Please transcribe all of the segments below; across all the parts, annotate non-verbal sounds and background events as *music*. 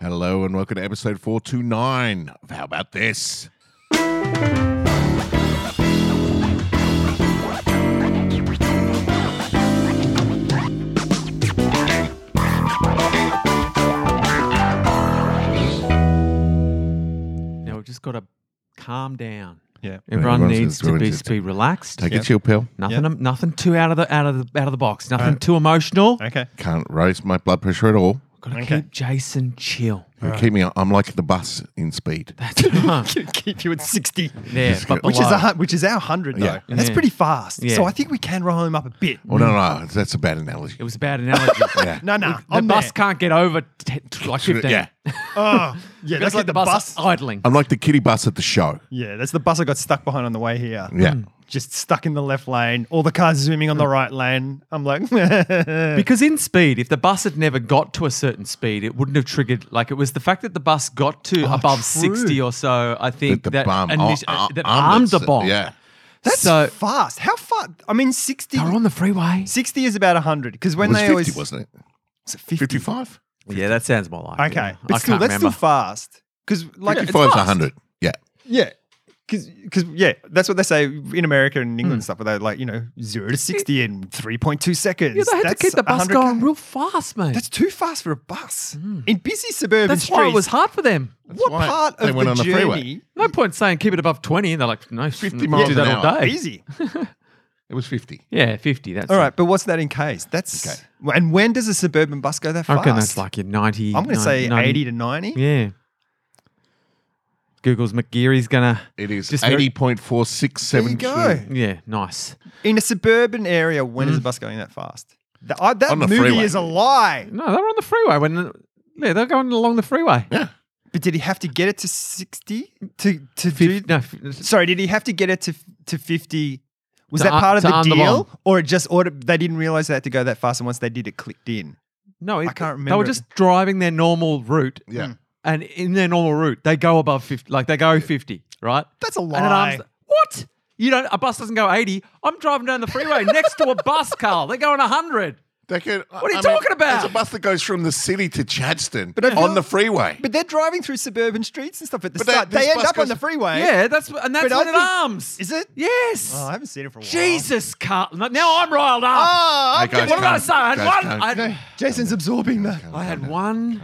Hello and welcome to episode 429 of How About This? Now we've just got to calm down. Yeah. Everyone everyone's- needs to everyone be, needs to- be relaxed. Take a chill pill. Nothing, nothing too out of the out of the out of the box. Nothing Alright. too emotional. Okay. Can't raise my blood pressure at all. Got to Okay. keep Jason *laughs* chill. You Keep me. I'm like the bus in speed. That's right. *laughs* Keep you at 60. there, but Which is, below. a, hun- which is our 100, though. Yeah. And that's Yeah. pretty fast. Yeah. So I think we can roll him up a bit. Oh no, no, no, that's a bad analogy. It was a bad *laughs* analogy. Yeah. No, no. The I'm bus there. can't get over t- t- like fifteen. Yeah, Oh, *laughs* yeah, that's It's like the bus. idling. I'm like the kiddie bus at the show. Yeah, that's the bus I got stuck behind on the way here. Yeah, Just stuck in the left lane. All the cars zooming on the right lane. I'm like, *laughs* yeah, Because in speed, if the bus had never got to a certain speed, it wouldn't have triggered. Like it was the fact that the bus got to above true. sixty or so. I With think the Oh, that, bomb. initi- Oh, oh, uh, that armed the it. bomb. Yeah, that's so- fast. How far? I mean, 60. they were on the freeway. 60 is about 100 because it when was they 50, always wasn't it? was it 50? 55. Yeah, that sounds more like. it. Okay, Yeah. but I still, can't that's remember. still fast because like it's 55 is fast. 100. Yeah, Yeah. Because, yeah, that's what they say in America and Hmm. England and stuff, where they're like, you know, zero to 60 in 3.2 seconds. Yeah, they had That's to keep the bus 100 going K. real fast, mate. That's That's, too fast for a bus. In busy suburban why streets, it was hard for them. what why part they of went the on the journey? freeway. No point saying keep it above 20. And they're like, no, 50 50 miles do an that all hour. day. Easy. it was 50. Yeah, 50. That's All right, but what's that in case? That's Okay. Well, And when does a suburban bus go that I fast? reckon that's like your 90. I'm going to say 90 80 to 90. Yeah. Google's McGeary's going to. It is Just very- 80.467. There you go. Yeah, nice. In a suburban area, when is Hmm. a bus going that fast? That, I, that On the movie freeway. is a lie. No, they were on the freeway when. the- yeah, they're going along the freeway. Yeah, But did he have to get it to 60 to, to do Fif- no, f- Sorry, did he have to get it to to fifty? Was To that un- part of to the un the deal, bomb. or it just or they didn't realize they had to go that fast? And once they did, it clicked in. no it, I can't They were remember it. just driving their normal route. yeah. And in their normal route, they go above 50. Like they go 50, right? That's a And an lie. arms. What? You don't. A bus doesn't go eighty. I'm driving down the freeway *laughs* next to a bus, Carl. They're going hundred. They could, are you talking about? It's a bus that goes from the city to Chadston But I feel- on the freeway. But they're driving through suburban streets and stuff at the But that- start. this They end bus up on goes- the freeway. Yeah, that's and that's But I when it think- arms. is it? Yes. Oh, I haven't seen it for a while. Jesus, Carl. No, Now I'm riled up. Oh, Hey, guys, what did I calm- say? I had guys, one. calm- I, okay. Jason's absorbing that. I had one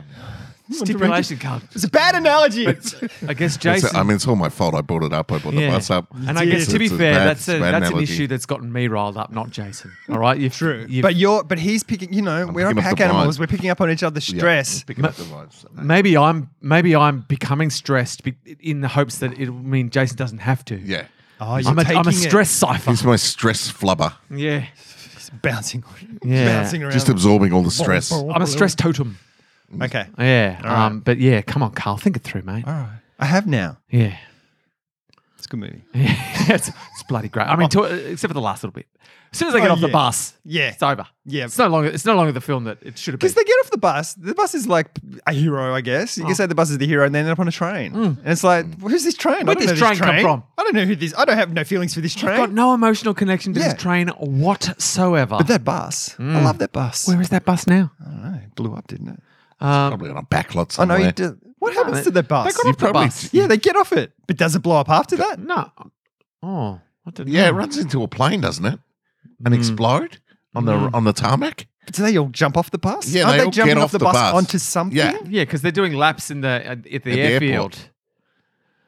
It's stipulation, Carl. a bad analogy. I guess It's- Jason. I mean, it's all my fault. I brought it up. I brought the Yeah. bus up. and I guess It's- to be it's a fair, bad- that's a, it's bad that's an analogy. issue that's gotten me riled up, not Jason. All right, you've true, you've, *laughs* but you're but he's picking. You know, we're not picking up pack the animals. vibe. We're picking up on each other's Yeah, stress. I'm picking up the uh, vibes. maybe I'm maybe I'm becoming stressed be- in the hopes that it'll mean Jason doesn't have to. Yeah. Oh, you're I'm a, I'm taking a it. stress cipher. He's my stress flubber. Yeah. It's bouncing, on- Yeah. bouncing around. Just absorbing all the *laughs* stress. I'm a stress totem. Okay. Yeah. Um, but yeah, come on, Carl, think it through, mate. All right. I have now. Yeah. *laughs* It's a good movie. it's, it's bloody great. I mean, to, uh, except for the last little bit. As soon as they get Oh, off the yeah. bus, Yeah. it's over. Yeah. It's no longer. It's no longer the film that it should have been. Because they get off the bus. The bus is like a hero, I guess. Oh. You can say the bus is the hero, and they end up on a train. And it's like, well, who's this train? Mm. Where'd I don't this know train come from? I don't know who this. I don't have no feelings for this train. Got no emotional connection to Yeah. this train whatsoever. but that bus, I love that bus. Mm. Where is that bus now? I don't know. It blew up, didn't it? Um, Probably on a back lot I know somewhere. you did. What happens they- Oh, to the bus? they got You off the probably- bus. yeah, they get off it, but does it blow up after that? No. Oh, I didn't Yeah, it know. runs into a plane, doesn't it? Hmm. And explode on the on the *laughs* tarmac. Do they all jump off the bus? Yeah, Aren't they they, all get jumping off off the the bus, bus. onto something? Yeah. Yeah, because they're doing laps in the at, at the the airfield. airport.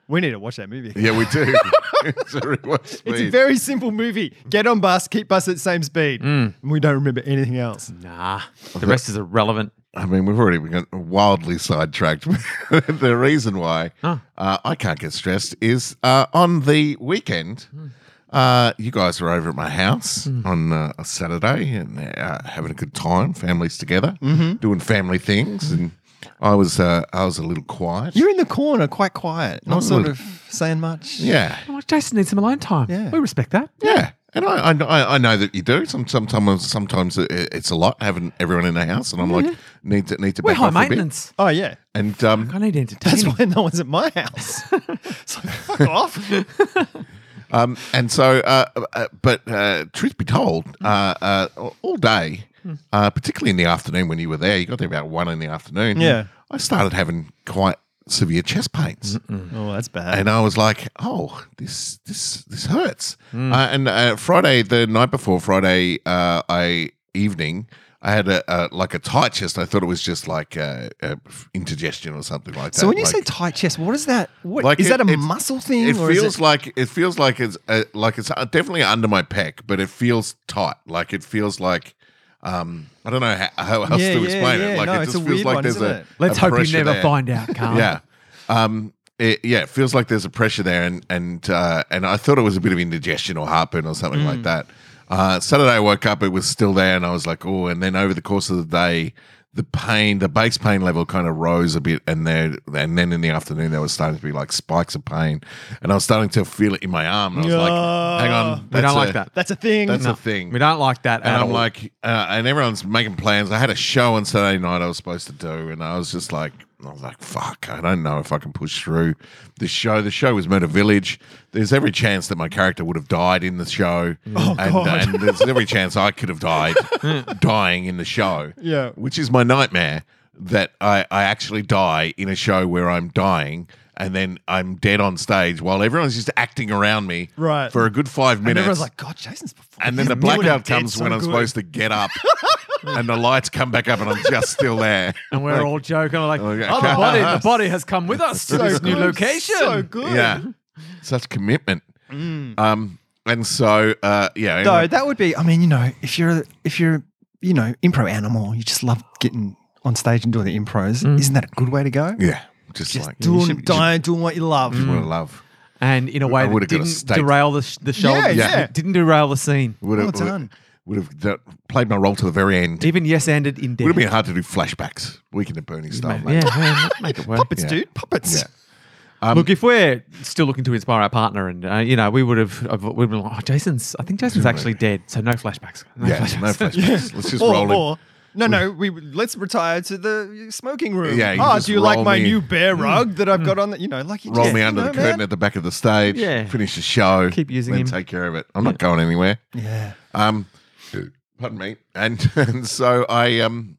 we need to watch that movie. Yeah, we do. *laughs* it's a rewind It's a speed. very simple movie. Get on bus, keep bus at same speed. Mm. And we don't remember anything else. Nah, the rest is irrelevant. I mean, we've already been wildly sidetracked. *laughs* the reason why Huh. uh, I can't get stressed is uh, on the weekend. Hmm. Uh, you guys were over at my house on uh, a Saturday and uh, having a good time, families together, Mm-hmm. doing family things, and I was uh, I was a little quiet. You're in the corner, quite quiet, not was. sort of saying much. Oh, yeah, Oh, Jason needs some alone time. Yeah. We respect that. Yeah, and I, I- I, I know that you do. Some, sometimes, sometimes it- it's a lot having everyone in the house, and I'm like, need to need to. Mm-hmm. We're back high off a bit. maintenance. Oh yeah, And um, I need that's entertainment. why no one's at my house. *laughs* so fuck off. Mm. um, and so, uh, uh, but uh, truth be told, uh, uh, all day Hmm. uh, particularly in the afternoon when you were there. You got there about one in the afternoon. Yeah. I started having quite severe chest pains. Oh, that's bad. And I was like, "Oh, this this this hurts." Hmm. Uh, and uh, Friday, the night before Friday, uh, I evening, I had a, a like a tight chest. I thought it was just like uh, uh, indigestion or something like that. so when you like, say tight chest, what is that? What is Like it- that a it- muscle thing? it or is feels like it feels like it's uh, like it's uh, definitely under my pec, but it feels tight. Like it feels like um, I don't know how, how else Yeah, to yeah, explain yeah. it. Like No, it it's just a feels weird like one, there's isn't a it? *laughs* Let's a hope you pressure never there. find out, Carl. *laughs* Yeah. Um, it, yeah, it feels like there's a pressure there, and and uh, and I thought it was a bit of indigestion or heartburn or something Mm. like that. Uh, Saturday, I woke up, it was still there, and I was like, oh. And then over the course of the day, the pain, the base pain level, kind of rose a bit, and there, and then in the afternoon, there was starting to be like spikes of pain, and I was starting to feel it in my arm, and I was Yeah. like, hang on, We that's don't like a- that. that's a thing. That's No, a thing. We don't like that. And at I'm all. like, uh, and everyone's making plans. I had a show on Saturday night I was supposed to do, and I was just like, I was like, fuck, I don't know if I can push through this show. The show was Murder Village. There's every chance that my character would have died in the show. and, Oh, God. and there's every chance I could have *laughs* died dying in the show. Yeah. Which is my nightmare that I, I actually die in a show where I'm dying. And then I'm dead on stage while everyone's just acting around me Right. for a good five minutes. and everyone's like, God, Jason's performing. And then the He's doing blackout it dead comes so when I'm good." supposed to get *laughs* up, and the lights come back up, and I'm just still there. and we're all joking. We're like, Okay. oh, the body, the body has come with us to this new good, location. So good. yeah, such commitment. Mm. Um, and so uh, yeah, No, anyway, that would be. I mean, you know, if you're if you're you know impro animal, you just love getting on stage and doing the impros. Isn't that a good way to go? Mm. yeah, just, Just like doing, you should- Mm. you dying, doing what you love. should- what I love. And in a way I that would've got a didn't steak. derail the, sh- the show. Yeah, yeah. Didn't derail the scene. Would Well have done. would have d- played my role to the very end. Even yes ended in Would have death. been hard to do flashbacks, Weekend at Bernie style. yeah, mate. yeah, make it work. *laughs* Puppets, Yeah. dude, puppets. Yeah. Um, Look, if we're still looking to inspire our partner, and uh, you know, we would have, uh, we'd been like, oh, Jason's. I think Jason's actually dead, so no flashbacks. No yeah, flashbacks. no *laughs* flashbacks. Let's just or, roll in. or- no, no, we let's retire to the smoking room. Yeah, you Ah, just do you like roll my me- Mm. new bear rug that I've got on? The, you know, like you roll just- me you under know, the curtain man. at the back of the stage. Yeah. Finish the show. Keep using then him. Take care of it. I'm not going anywhere. Yeah. Um, pardon me. And, *laughs* and so I um,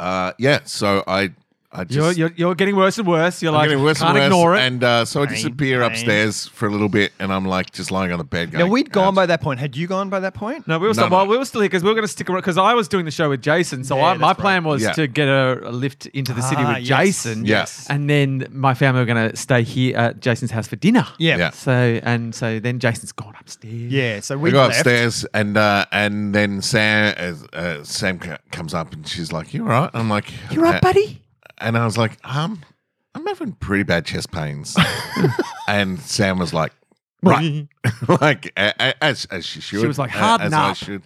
uh, yeah. So I I just *laughs* You're, you're, you're getting worse and worse. You're I'm like, getting worse can't and worse. ignore it. And uh, so I Pain, disappear pain. upstairs for a little bit, and I'm like just lying on the bed. Going, Now we'd gone "Ouch." by that point. Had you gone by that point? no, we were No, still, no. well, we were still here because we were going to stick around because I was doing the show with Jason. So Yeah, I, my that's right. plan was Yeah. to get a, a lift into the city Ah, with yes. Jason. Yes. And then my family were going to stay here at Jason's house for dinner. Yeah. Yeah. Yeah. So and so then Jason's gone upstairs. so We we go left. upstairs and uh, and then Sam uh, uh, Sam c- comes up and she's like, "You all right?" I'm like, You right, "Uh, buddy? And I was like, um, I'm having pretty bad chest pains. and Sam was like, right. *laughs* like, a- a- as, as she should. was like, a- harden as I up. should.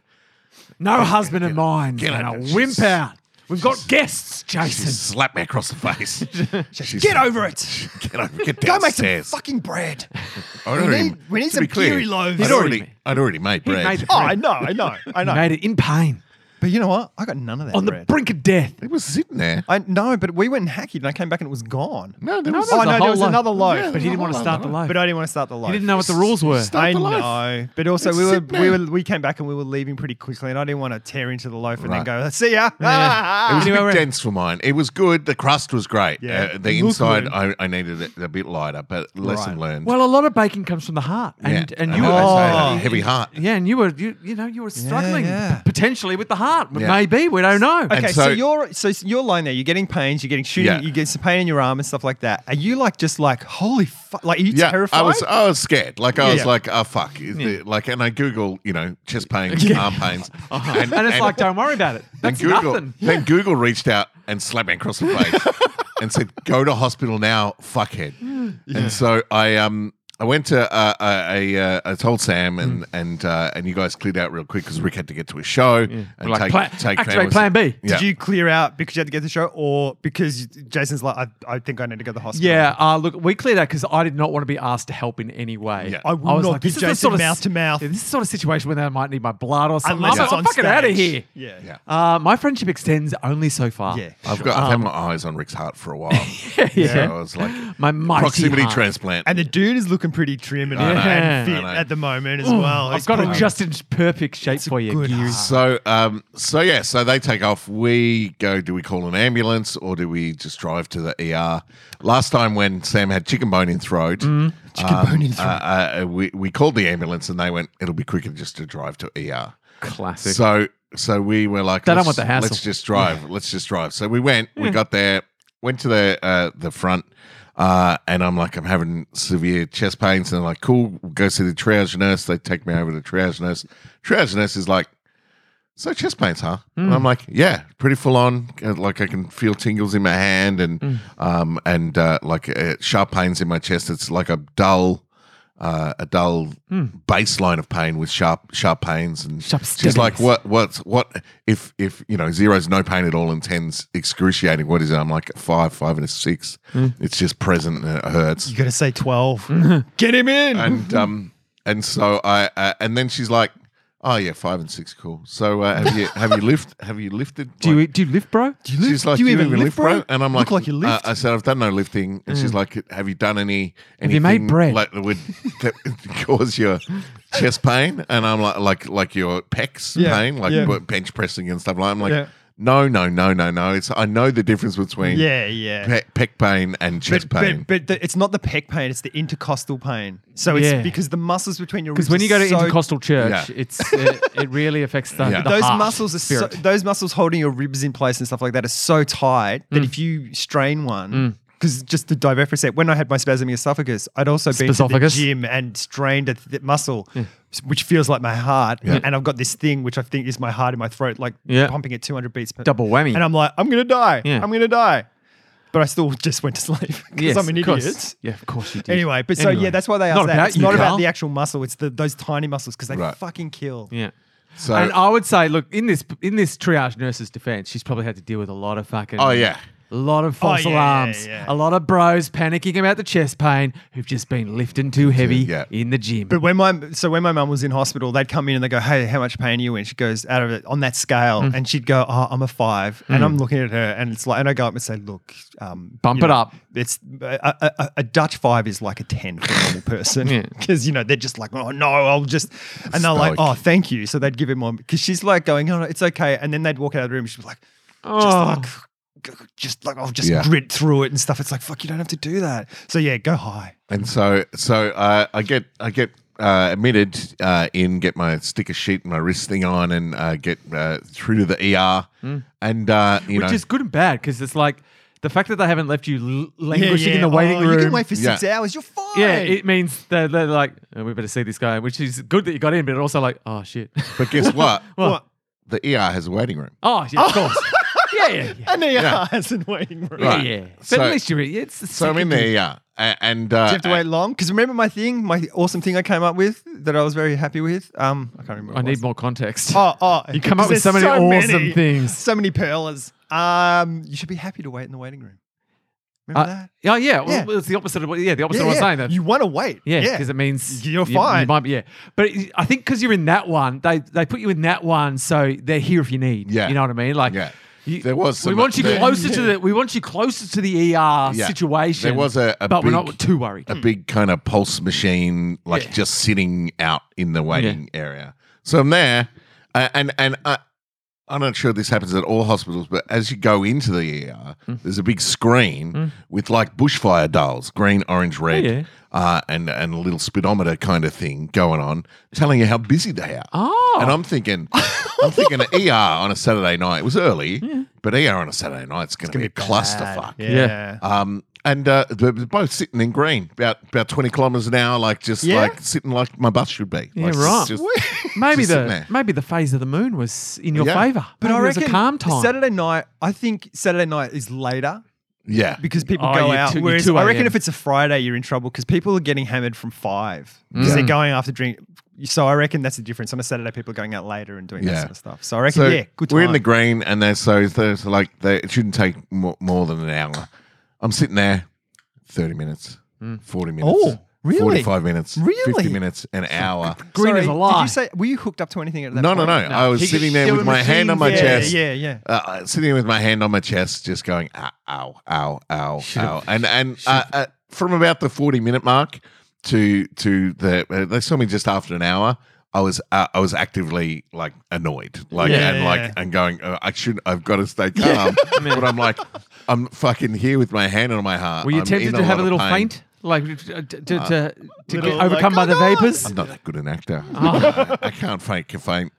No husband of mine. get and out. a She's- wimp out. We've got guests, She Jason. slapped me across the face. She's Get like, over it. *laughs* Get over Get Go make some downstairs. fucking bread. I don't we even- need- we need to some be clear, Kiri loaves. I'd He'd already already, made- I'd already made bread. made the Oh, bread. I know, I know, *laughs* I know. Made it in pain. But you know what? I got none of that On the bread. brink of death. it was sitting there. I no, but we went and hacked it and I came back and it was gone. No, there No, was no, oh was a no, whole there was loaf. another loaf. Yeah, But he didn't want to start the loaf. But I didn't want to start the loaf. He didn't know what the rules were. Start I the loaf. know, but also It's we were sitting we there. were we came back and we were leaving pretty quickly, and I didn't want to tear into the loaf and Right. then go see ya. It was Anyway, a we're- bit dense for mine. It was good. The crust was great. Yeah. Uh, the It looked inside, good. I, I needed it a bit lighter, but lesson Right. learned. Well, a lot of baking comes from the heart, and and you I were know, I had a Oh. heavy heart. yeah, and you were you you know you were struggling yeah. p- potentially with the heart, but Yeah. maybe we don't know. And *laughs* Okay, so, so- you're so you're lying there. You're getting pains. You're getting shooting. Yeah. You get some pain in your arm and stuff like that. Are you like just like holy fuck? Like are you terrified? I was uh, I was scared. Like I Yeah. was Yeah. like, oh fuck. Hmm. Is it- Like and I Google, you know, chest pains, arm pains. *laughs* and, it's like, don't worry about it. then Oh, That's Google nothing. then Google reached out and slapped me across the face *laughs* and said, Go to hospital now, fuckhead. Hmm. And so I um I went to uh, I, I, uh, I told Sam and Hmm. and uh, and you guys cleared out real quick because Rick had to get to a show and Like, take plan- take families- activate plan B. Yeah. Did you clear out because you had to get the show, or because you- Jason's like, I, I think I need to go to the hospital? Yeah, uh, look, we cleared that because I did not want to be asked to help in any way. Yeah. I will was not like, give this is the Jason sort of mouth s- to mouth. Yeah, this is the sort of situation where they might need my blood or something. unless I'm, it's I'm on fucking stage. out of here. Yeah, Yeah. Uh, my friendship extends only so far. yeah. I've got I've had my eyes on Rick's heart for a while. *laughs* yeah. So I was like My mighty proximity heart. transplant. And the dude is looking looking pretty trim and, I know, and I fit know. at the moment as Ooh, well. I've He's got a probably- Justin perfect shape It's a for you. *laughs* good Geary. heart. So, um, so yeah, so they take off. We go. Do we call an ambulance or do we just drive to the ER? Last time when Sam had chicken bone in Mm. throat, um, Chicken bone in throat. uh, uh, we we called the ambulance and they went. It'll be quicker just to drive to ER. Classic. So, so we were like, They don't let's- want the hassle. Let's just drive. Let's just drive. So we went. We got there. Went to the uh, the front. Uh, and I'm like, I'm having severe chest pains. And they're like, cool, go see the triage nurse. They take me over to triage nurse. Triage nurse is like, so chest pains, huh? And I'm like, yeah, pretty full on. Uh, Like I can feel tingles in my hand and um and uh, like uh, sharp pains in my chest. It's like a dull, uh, a dull baseline of pain with sharp sharp pains. And Sharp she's like, stabbings. what what what? If if you know zero's no pain at all and tens excruciating. What is it? I'm like five, five and a six. It's just present and it hurts You got to *laughs* say 12. Get him in. and um and so I uh, and then she's like, oh yeah, five and six, cool. So uh, *laughs* have you have you lift have you lifted? do you do you lift, bro? e-, Do you lift? She's like, Do you even lift, bro? And I'm like, "Uh," Look like "Uh, you lift. Mm. I said, I've done no lifting. And she's like, Have you done any? Have you made bread? Like that would that would *laughs* cause your chest pain? And I'm like, like like your pecs Yeah, pain, like yeah. what- bench pressing and stuff. Like I'm like, Yeah. no, no, no, no, no. It's I know the difference between yeah, yeah. pe- pec pain and chest But, pain. but, but the, it's not the pec pain, it's the intercostal pain. So it's Yeah. because the muscles between your ribs. Because when you go are to so- intercostal church, Yeah. it's it, it really affects the, Yeah. the those heart muscles are so, spirit. those muscles holding your ribs in place and stuff like that are so tight Mm. that if you strain one, because just to dive for a sec, when I had my spasming esophagus, I'd also been to the Spesophagus? gym and strained a th- muscle, Mm. s- which feels like my heart, and I've got this thing which I think is my heart in my throat, like Yeah. pumping at 200 beats per Double whammy. and I'm like, I'm gonna die, Yeah. I'm gonna die, but I still *laughs* just went to sleep because Yes, I'm an of course. idiot. Yeah, of course you do. Anyway, but so Anyway. yeah, that's why they asked Not that. about it's you, not Carl. about the actual muscle; it's the those tiny muscles because they Right. fucking kill. Yeah. so and I would say, look, in this in this triage nurse's defense, she's probably had to deal with a lot of fucking. oh yeah. A lot of false Oh, yeah, yeah, alarms. yeah. A lot of bros panicking about the chest pain who've just been lifting too heavy yeah. in the gym. But when my so when my mum was in hospital, they'd come in and they go, "Hey, how much pain are you in?" She goes out of it on that scale, Mm. and she'd go, "Oh, I'm a five. and I'm looking at her, and it's like, and I go up and say, "Look, um, Bump you it know, up. It's a, a- a, a Dutch five is like a ten for a *laughs* normal Yeah. person because you know they're just like, oh no, I'll just, and they're like, Stoic. oh, thank you. So they'd give him one because she's like going, oh, no, it's okay, and then they'd walk out of the room. She'd be like, just Oh. like. g- g- Just like I'll just Yeah. grit through it and stuff. It's like fuck, you don't have to do that. So yeah, go high. And so, so uh, I get, I get uh, admitted uh, in, get my sticker sheet and my wrist thing on, and uh, get uh, through to the ER. Hmm. And uh, you Which know, is good and bad because it's like the fact that they haven't left you l- languishing in the Oh, waiting room. You can wait for six Yeah. hours. You're fine. yeah, it means they're, they're like, "Oh, we better see this guy, which is good that you got in, but also like, oh shit. *laughs* but *laughs* guess what? Oh. What? The ER has a waiting room. Oh, yeah, of course. yeah, yeah, *laughs* yeah. An ER Yeah. has a waiting room. Right. Yeah, yeah. But So- at least you're in. It's the So I'm in second- the ER, a- and uh, Do you have to wait long? Because remember my thing, my awesome thing I came up with that I was very happy with. Um, I can't remember. I what it need was. more context. Oh, oh, You come up 'cause with so there's many awesome things. So many pearls. Um, you should be happy to wait in the waiting room. Uh, Remember that? yeah, yeah. Well, Yeah. it's the opposite of what. Yeah, the opposite Yeah, of what yeah. I'm saying. That You want to wait. Yeah, yeah. because it means You're you- You fine. might be, yeah, but it- I think because you're in that one, they they put you in that one, so they're here if you need. Yeah. you know what I mean. Like, Yeah. you- There was we some- want you there- closer to the we want you closer to the ER Yeah. situation. There was a- a but we're big- not too worried. a big kind of pulse machine, like Hmm. Yeah. just sitting out in the waiting area. So I'm there, uh, and and uh, I'm not sure this happens at all hospitals, but as you go into the ER, Hmm. there's a big screen with like bushfire dolls, green, orange, red, Oh, yeah. uh, and and a little speedometer kind of thing going on, telling you how busy they are. Oh, And I'm *laughs* thinking, I'm thinking an ER on a Saturday night. It was early, but ER on a Saturday night's going to be a clusterfuck. Yeah. Yeah. Um, and uh, they're they're both sitting in green, about about twenty kilometers an hour, like just Yeah? like sitting like my bus should be. Yeah, Like, right. just- maybe just sitting the there. maybe the phase of the moon was in your Yeah. favor, But I Maybe it was reckon a calm time. Saturday night. I think Saturday night is later. yeah, because people Oh, go you're out. two- you're whereas 2 I reckon a.m.. if it's a Friday, you're in trouble because people are getting hammered from five because Mm. they're going after drink. So I reckon that's the difference. On a Saturday, people are going out later and doing that Yeah. sort of stuff. So I reckon, so yeah, good time. we're in the green, and they're so, so so, like they, it shouldn't take more, more than an hour. I'm sitting there, thirty minutes, forty minutes, Oh, really? forty-five minutes, Really? fifty minutes, an hour. Green Sorry, is a Did lie. you say were you hooked up to anything at that? No, no, point? no, I was He- sitting there there with were my hand on my Yeah, machines, chest. yeah, yeah. uh, sitting with my hand on my chest, just going "Ah, *laughs* ow, ow, ow, ow, ow, and and uh, uh, from about the forty minute mark, to to the uh, they saw me just after an hour. I was uh, I was actively like annoyed, like Yeah. and like and going. Uh, I shouldn't. I've got to stay *laughs* calm. but I'm like, I'm fucking here with my hand on my heart. Were you I'm in tempted to lot have a of little pain. Uh, faint? Like to, to, to, to get little, like, overcome by the vapors? I'm not that good an actor. Oh. I, I can't faint. Can *sighs* faint.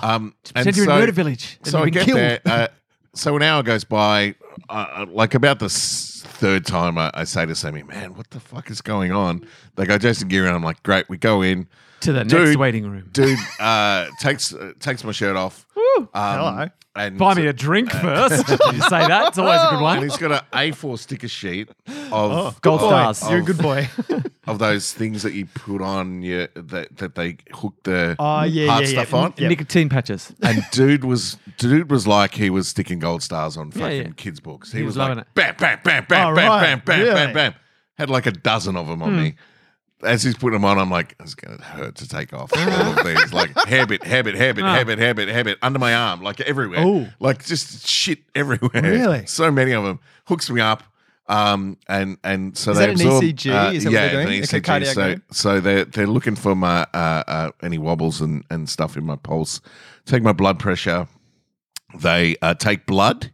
Um, and Said you're so- in Murder Village. and so you've I been get killed. there. Uh, so an hour goes by. Uh, like about the s- third time, I, I say to Sammy, "Man, what the fuck is going on?" They go Jason Gear, and I'm like, "Great, we go in." to the Dude. next waiting room. Dude uh, takes uh, takes my shirt off. Um, Hello. And Buy me a drink first. *laughs* you say that? It's always a good and one. he's got an A4 sticker sheet of Gold of- stars. of- Oh, You're a *laughs* good boy. *laughs* of those things that you put on your that that they hook the Oh, yeah, hard yeah, yeah. stuff on. Yep. Nicotine patches. And dude was dude was like he was sticking gold stars on fucking yeah. kids' books. He, He was, was like loving it. bam, bam, bam, bam, Oh, bam, right. bam, bam, bam, Really? bam. Had like a dozen of them on Hmm. me. As he's putting them on, I'm like, it's gonna hurt to take off all Uh-huh. of these. Like habit, habit, Oh. habit, habit, habit, habit, under my arm, like everywhere. Oh. Like just shit everywhere. *laughs* Really? So many of them. Hooks me up. Um and and so Is they that an absorb, ECG? uh, Is that what yeah, they're doing? an Like a ECG. cardiac so rate? so they're they're looking for my uh, uh, any wobbles and, and stuff in my pulse. Take my blood pressure. They uh, take blood.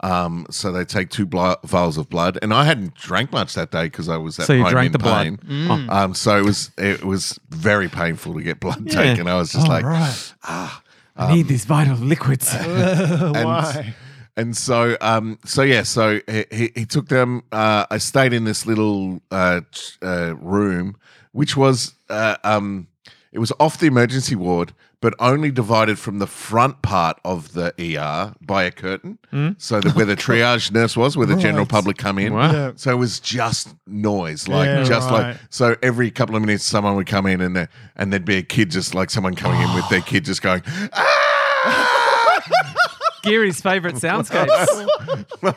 Um, so they take two blo- vials of blood, and I hadn't drank much that day because I was at So you home drank in the blood. pain. Mm. Um, so it was it was very painful to get blood Yeah. taken. I was just like, Oh, right. I need these vital liquids. Uh, and, Why? And so, um, so yeah, so he, he, he took them. Uh, I stayed in this little uh, t- uh, room, which was uh, um, it was off the emergency ward, but only divided from the front part of the ER by a curtain. So that *laughs* where the triage nurse was, where the general Hmm? Right. public come in. Wow. Yeah. So it was just noise, like Yeah, just like right. so every couple of minutes someone would come in and there and there'd be a kid just like someone coming in with their kid just going. "Ah!" *laughs* Geary's favourite soundscapes.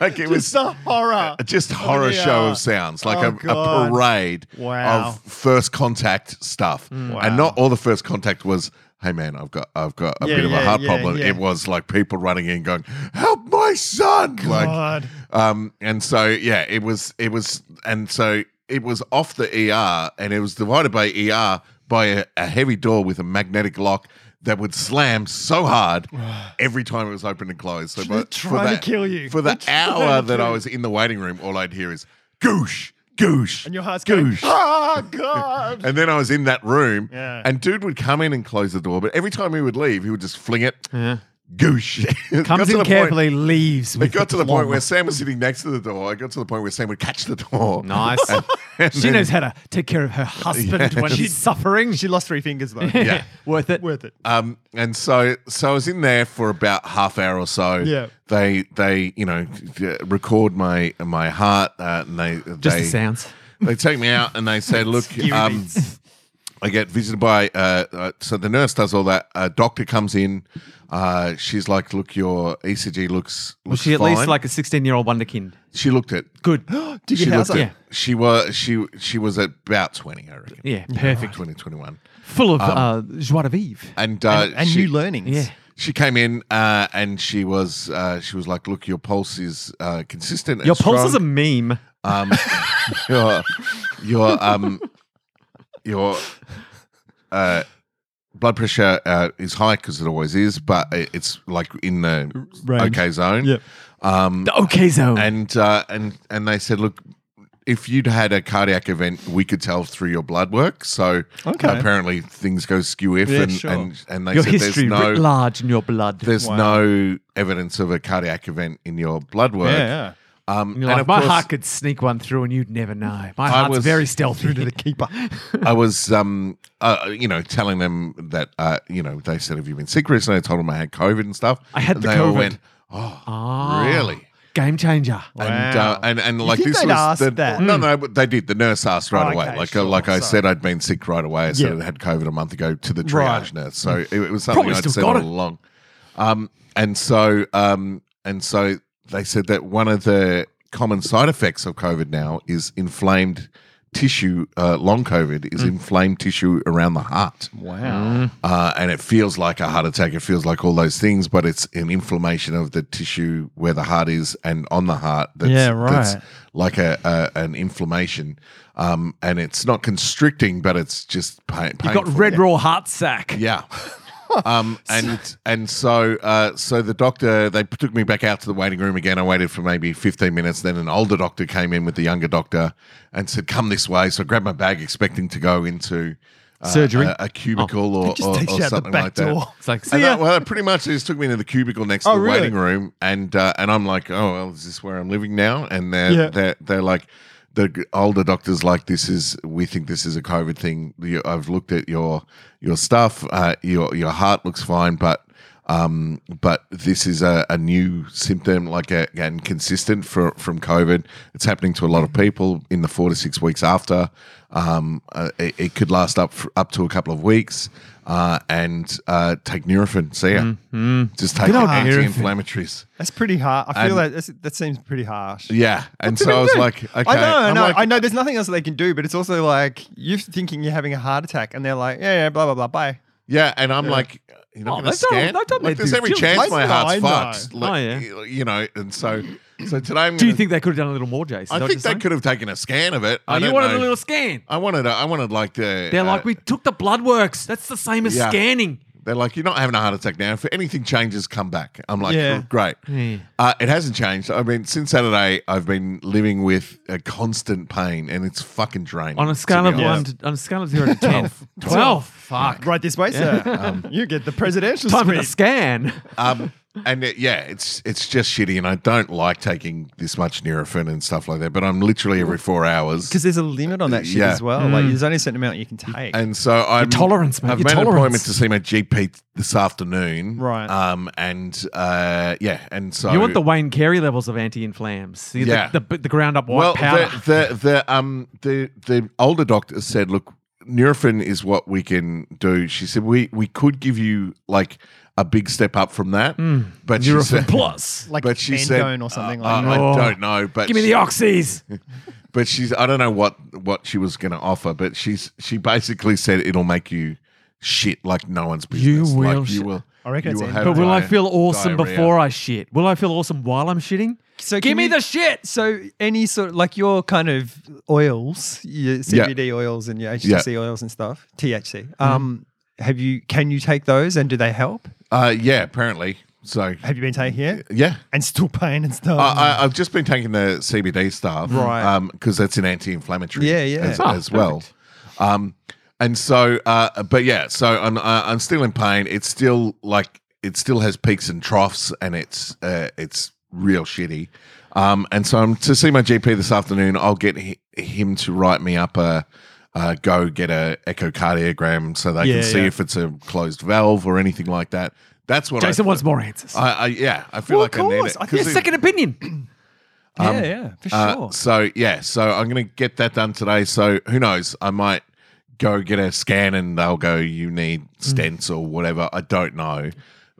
*laughs* like it was It's *laughs* a horror. just horror yeah. show of sounds, like Oh, a, a God. parade Wow. Mm. of first contact stuff, and not all the first contact was. Hey man, I've got I've got a Yeah, bit of a yeah, heart yeah, problem. yeah. It was like people running in going, "Help my son!" God. Like, um, and so yeah, it was it was, and so it was off the ER, and it was divided by ER by a, a heavy door with a magnetic lock that would slam so *sighs* hard every time it was opened and closed. So They're but for trying to that- kill you. For the They're hour trying to that kill I you. was in the waiting room, all I'd hear is goosh, goosh. And your heart's going, goosh. oh, *laughs* God. And then I was in that room, Yeah. and dude would come in and close the door, but every time he would leave, he would just fling it, goosh. *laughs* It got Comes to in the point- carefully, leaves. It got to the point where Sam was sitting next to the door. I got to the point where Sam would catch the *laughs* door. Nice. And *laughs* she then- knows how to take care of her husband when she's suffering. She lost *laughs* three fingers, though. Yeah. Worth it. Worth it. Um, and so, so I was in there for about half hour or so. Yeah. They, they, you know, record my my heart, uh, and they Just they, the sounds. they take me out and *laughs* they say, "Look, um, I get visited by." Uh, uh, so the nurse does all that. A doctor comes in. Uh, she's like, "Look, your ECG looks." looks Was she at least fine." like a 16 year old wonderkind? she looked it. Good. *gasps* Did She you looked house it. Yeah. She was she she was about twenty, I reckon. Yeah, perfect. twenty twenty one. Full of uh, joie de vivre. um, And uh, And she, new learnings. Yeah. She came in uh, and she was uh, she was like, "Look, your pulse is uh, consistent. and Your pulse is a strong. meme. um, your your um your uh blood pressure uh, is high because it always is, but it- it's like in the Range. okay zone. Yep. Um, The OK zone. and uh, and and they said, look. If you'd had a cardiac event, we could tell through your blood work. So Okay. apparently things go skew if, Yeah, and, sure. and and they your said history there's no writ large in your blood. there's Wow. no evidence of a cardiac event in your blood work. Yeah, Um, And you're and like, of my course- heart could sneak one through and you'd never know. My heart's was- very Through to stealthy. *laughs* the keeper. I was, um, uh, you know, telling them that, uh, you know, they said, "Have you been sick recently?" I told them I had COVID and stuff. I had and the they all COVID. went, "Oh, really?" Ah, Game changer. And, uh, and and like think this they'd was asked the, that? no no but they did the nurse asked right Oh, away okay, like sure, uh, like I sorry. said I'd been sick right away I said Yeah. I had COVID a month ago to the triage Right. nurse so it, it was something Probably I'd still said got all it. along um and so um and so they said that one of the common side effects of COVID now is inflamed tissue, uh, long COVID is inflamed tissue around the heart. Hmm. Wow. Mm. Uh, and it feels like a heart attack. It feels like all those things, but it's an inflammation of the tissue where the heart is and on the heart. That's, Yeah, right. That's like a, a an inflammation, um, and it's not constricting, but it's just pain, painful. You've got red raw heart sack. *laughs* Yeah. um, and and so uh, so the doctor they took me back out to the waiting room again. I waited for maybe fifteen minutes. Then an older doctor came in with the younger doctor and said, "Come this way." So I grabbed my bag, expecting to go into uh, Surgery? Oh. a, a cubicle or, just or, takes or you out the something back like door. that. It's like, And see ya. that- well, that pretty much they just took me into the cubicle next to Oh, the really? waiting room, and uh, and I'm like, oh, well, is this where I'm living now? And they're Yeah. they're, they're like, the g- older doctors like this is we think this is a COVID thing. You, I've looked at your your stuff. Uh, your your heart looks fine, but. Um, but this is a, a new symptom, like a, and consistent for, from COVID. It's happening to a lot of people in the four to six weeks after. Um, uh, it, it could last up f- up to a couple of weeks uh, and uh, take Nurofen. See ya. Just take old anti-inflammatories. That's pretty harsh. I feel And- like that's, that seems pretty harsh. Yeah, and so I was like, okay, I know, I I'm know, like- I know. There's nothing else they can do, but it's also like you're thinking you're having a heart attack, and they're like, yeah, yeah, blah blah blah, bye. yeah, and I'm like, you're not Oh, going to they've done- scan. they've done like, their there's due every diligence. chance my I know, I heart's know. fucked. Like, Oh, yeah. Mm. y- you know, and so, so today I'm. Do you gonna- think they could have done a little more, Jason? I think they could have taken a scan of it. Oh, I you don't wanted know. a little scan. I wanted. A, I wanted like the. They're uh, like, we took the blood works. That's the same as Yeah. scanning. They're like, you're not having a heart attack now. If anything changes, come back. I'm like, Yeah. "Oh, great. Yeah. Uh, it hasn't changed. I mean, since Saturday, I've been living with a constant pain, and it's fucking draining. On a scale to of be one, honest. to, on a scale of zero *laughs* to ten, twelve. Fuck. Right this *laughs* way, sir. you get the presidential Time for the suite. scan. um, and it- yeah, it's it's just shitty, and I don't like taking this much Nurofen and stuff like that. But I'm literally every four hours. Because there's a limit on that shit Yeah. as well. Mm. Like there's only a certain amount you can take. And so I'm tolerance, mate, I've your made an tolerance. appointment to see my GP this afternoon. Right. Um. And uh. Yeah. And so You want the Wayne Carey levels of anti-inflams. The, Yeah. The, the, the ground up white well, powder. The, the the um the the older doctor said, look, Nurofen is what we can do. She said we we could give you like a big step up from that, Hmm. but she said, plus. like but she said, Endone or something uh, like I, that. that. I don't know, but Give me *laughs* the oxys. but she's I don't know what what she was going to offer, but she's she basically said it'll make you shit like no one's business. will like shit. you will. I reckon you it's will in- have But will I diar- feel awesome diarrhea. before I shit? Will I feel awesome while I'm shitting? So Give can me you- the shit. So any sort like your kind of oils, your CBD oils and your HTC oils and stuff, THC. Mm-hmm. Um, have you can you take those and do they help? Uh, yeah, apparently. So Have you been taking it yeah. Uh, and still pain and stuff? I, I, I've just been taking the CBD stuff, Right. Because that's an anti-inflammatory, Yeah, yeah. as, Ah, as well. Um, and so, uh, but yeah, so I'm uh, I'm still in pain. It's still like it still has peaks and troughs, and it's uh, it's real shitty. Um, and so I'm to see my GP this afternoon. I'll get hi- him to write me up a. Uh, go get a echocardiogram so they Yeah, can see yeah. if it's a closed valve or anything like that. That's what Jason I, wants more answers. I, I yeah, I feel Well, like of I need course. it. I think 'Cause yeah, it- *clears throat* second opinion. yeah, yeah, for uh, sure. so yeah, so I'm gonna get that done today. So who knows? I might go get a scan and they'll go, "You need stents or whatever." I don't know.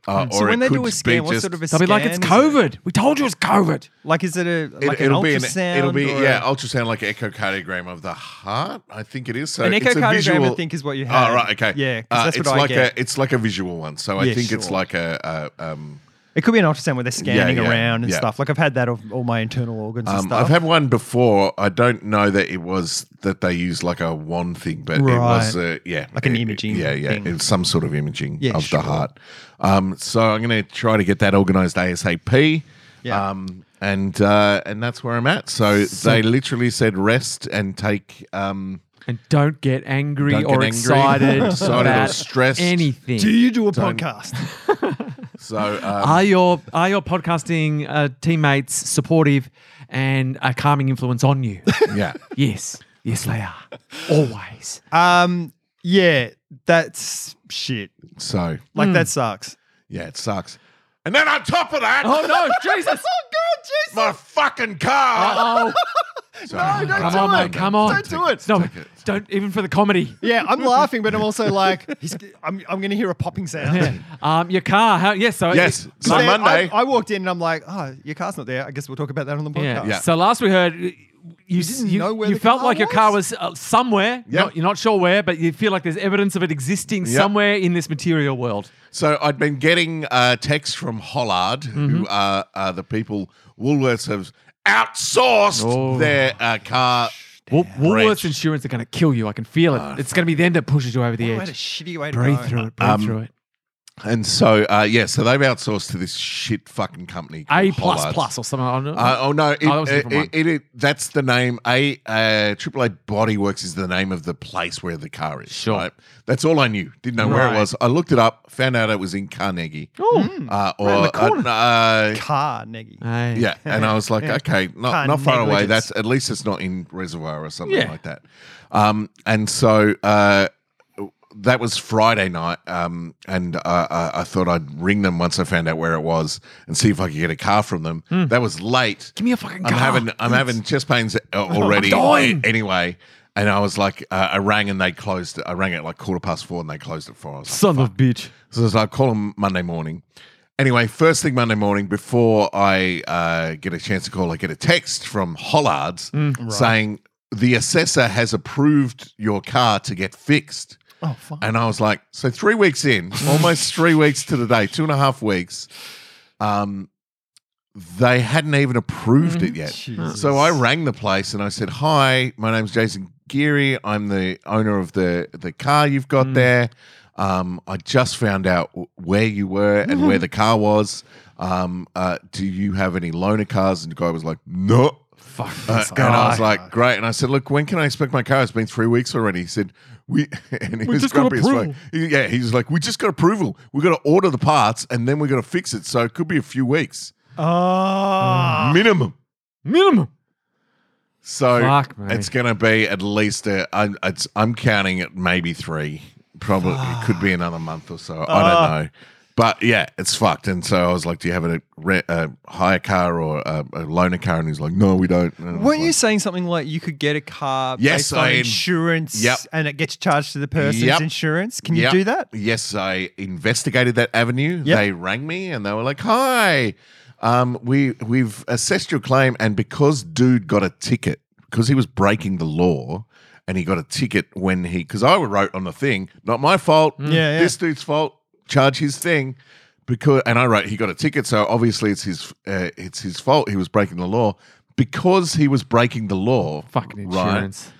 Uh, Hmm. So or when it they could do a be scan, what just- sort of a They'll scan? be like, it's is it? COVID. We told you it's COVID. Like, is it a it, like an it'll be an, ultrasound? it'll be or yeah oh, a- ultrasound like an echocardiogram of the heart. I think it is. So An it's a echocardiogram, I visual- think, is what you Oh have. right, okay, Yeah, 'cause Uh, that's it's what I like get. a it's like a visual one. So I Yeah, think it's sure. like a, a um, It could be an ultrasound where they're scanning yeah, around and yeah. stuff. Like I've had that of all my internal organs and Um, stuff. I've had one before. I don't know that it was that they used like a wand thing, but it was Right. uh, yeah, Like an It- it- imaging Yeah, yeah, thing. it's some sort of imaging Yeah, of sure. the heart. Um, so I'm going to try to get that organised ASAP. Yeah. Um, and uh, and that's where I'm at. So, they literally said rest and take um, And don't get angry Don't or get angry, *laughs* excited, excited or about stressed. Anything. do you do a podcast? so *laughs* um, are your are your podcasting uh, teammates supportive and a calming influence on *laughs* you? yeah. yes, yes, they are. Always. um, yeah, that's shit. So Like that Hmm. sucks. yeah, it sucks. And then on top of that, Oh no, *laughs* Jesus! Oh God, Jesus! my fucking car. Oh, Sorry. Uh, don't come on, do mate, it. come on! Don't do it. No, don't even for the comedy. Yeah, I'm laughing, but I'm also like, he's, I'm, I'm going to hear a popping sound. *laughs* Yeah. Um, your car? How? Yes. So Yes. it- So Then Monday. I, I walked in and I'm like, oh, your car's not there. I guess we'll talk about that on the yeah. podcast. Yeah. So last we heard, you, didn't you, know where you the felt car like your car was? was uh, somewhere. Yep. Not- you're not sure where, but you feel like there's evidence of it existing somewhere in this material world. So I'd been getting uh, texts from Hollard, Mm-hmm. who are, are the people Woolworths have outsourced Oh. their uh, car. Wool- Woolworths Wretch. Insurance are going to kill you. I can feel it. it's going to be them that pushes you over the What a edge. shitty way to Breathe go. through it. Breathe through it. And so, uh, yeah, so they've outsourced to this shit fucking company. called A plus Hollard's. plus or something. I don't know. Uh, oh no! It, that was a it- different one. it- it- that's the name. A uh, AAA Body Works is the name of the place where the car is. Sure. That's all I knew. Didn't know where Right. it was. I looked it up. Found out it was in Carnegie. Oh. Uh, or around the corner. uh, Car, Neggy. Aye. yeah, and I was like, okay, not, Car not far away. negligence. That's at least it's not in Reservoir or something Yeah. like that. Um, and so uh, that was Friday night, um, and uh, I, I thought I'd ring them once I found out where it was and see if I could get a car from them. That was late. Hmm. Give me a fucking I'm car. having I'm having chest pains a- *laughs* already. dying. a- anyway. And I was like, uh, I rang and they closed. it. I rang at like quarter past four and they closed at four. I was like, Son of a bitch. so it's like, call them Monday morning. Anyway, first thing Monday morning, before I uh, get a chance to call, I get a text from Hollards Mm. saying the assessor has approved your car to get fixed. Oh, fuck. And I was like, so three weeks in, almost three weeks to the day, two and a half weeks, um, they hadn't even approved Mm-hmm. it yet. Jesus. So I rang the place and I said, "Hi, my name's Jason Geary. I'm the owner of the the car you've got Mm. there. Um, I just found out w- where you were and Mm-hmm. where the car was. Um, uh, do you have any loaner cars?" And the guy was like, "No." Fuck. Uh, this and I was guy. like, "Great!" And I said, "Look, when can I expect my car? It's been three weeks already." He said, "We." *laughs* And he We was just got grumpy as fuck. approval. He- Yeah, he's like, "We just got approval. We got to order the parts, and then we got to fix it. So it could be a few weeks Oh. mm. minimum." minimum. So Fuck, mate. it's going to be at least a, I'm, it's, I'm counting it maybe three. Probably it could be another month or so. I don't know. But yeah, it's fucked. And so I was like, "Do you have a, re- a hire car or a, a loaner car?" And he's like, "No, we don't." And I was Weren't you like, saying something like you could get a car Yes, based on I- insurance Yep. and it gets charged to the person's Yep. insurance? Can you Yep. do that? Yes, I investigated that avenue. Yep. They rang me and they were like, "Hi, um, we we've assessed your claim, and because dude got a ticket because he was breaking the law." And he got a ticket when he, because I wrote on the thing, not my fault. Mm. Yeah, yeah. This dude's fault. Charge his thing, because and I wrote he got a ticket, so obviously it's his uh, it's his fault. He was breaking the law because he was breaking the law. Fucking right? insurance.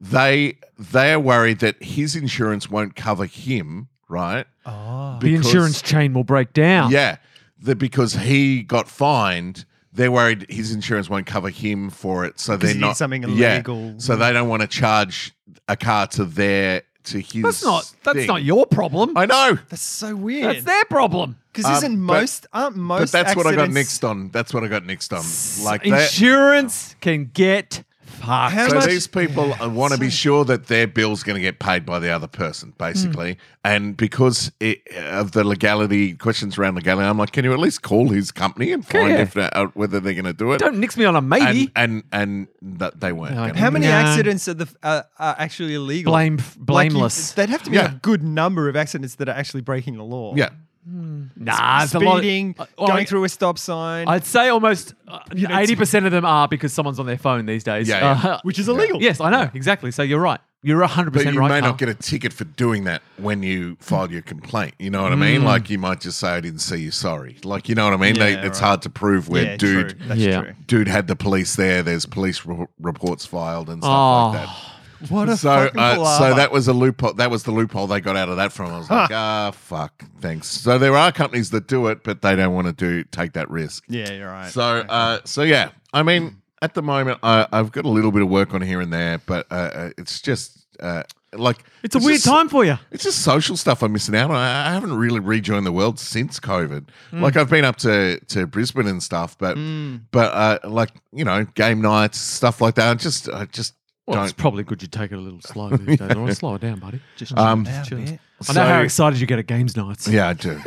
they they are worried that his insurance won't cover him, right? Oh. Ah, The Because- insurance chain will break down. yeah, the, because he got fined. They're worried his insurance won't cover him for it, so they're he did not something illegal. Yeah, so they don't want to charge a car to their to his. That's not that's thing. not your problem. I know, That's so weird. that's their problem. Because Um, isn't but- most aren't but most that's what I got accidents- next on. That's what I got next on. Like that. insurance can get fucked. How So much- these people want to be sure that their bill's going to get paid by the other person, basically. And because it, of the legality questions around legality, I'm like, can you at least call his company and find Yeah. if, uh, whether they're going to do it? Don't nix me on a maybe. and and, and that they weren't. They're like, gonna How do many it. Yeah. accidents are the uh, are actually illegal? Blame Like, you- blameless. there'd have to be Yeah. a good number of accidents that are actually breaking the law. Yeah, nah, it's speeding, a lot. uh, Well, going I- through a stop sign, I'd say almost Uh, You know, eighty percent of them are because someone's on their phone these days. Uh, Yeah, yeah. which is illegal. yes, I know exactly. So you're right. You're hundred but percent you right. may Carl. not get a ticket for doing that when you filed your complaint. You know what I mean? Like you might just say, "I didn't see you. Sorry." Like you know what I mean? they, Yeah, It's right. hard to prove where Yeah, dude. true. That's Yeah. true. Dude had the police there. There's police re- reports filed and stuff Oh. like that. What a so, fucking uh, so palaver. that was a loophole. That was the loophole they got out of that from. I was like, ah, fuck, thanks. So there are companies that do it, but they don't want to do take that risk. Yeah, you're right. So, uh, so yeah, I mean, at the moment, I, I've got a little bit of work on here and there, but uh, uh, it's just uh, like It's a weird just- time for you. It's just social stuff I'm missing out on. I I haven't really rejoined the world since COVID. Hmm. Like I've been up to, to Brisbane and stuff, but but uh, like you know, game nights, stuff like that. I just I just Well, don't it's probably good you take it a little *laughs* slow these days. Alright, slow it down, buddy. Just Um, chill, just down, chill. yeah. I know how So- excited you get at games nights. Yeah, I do.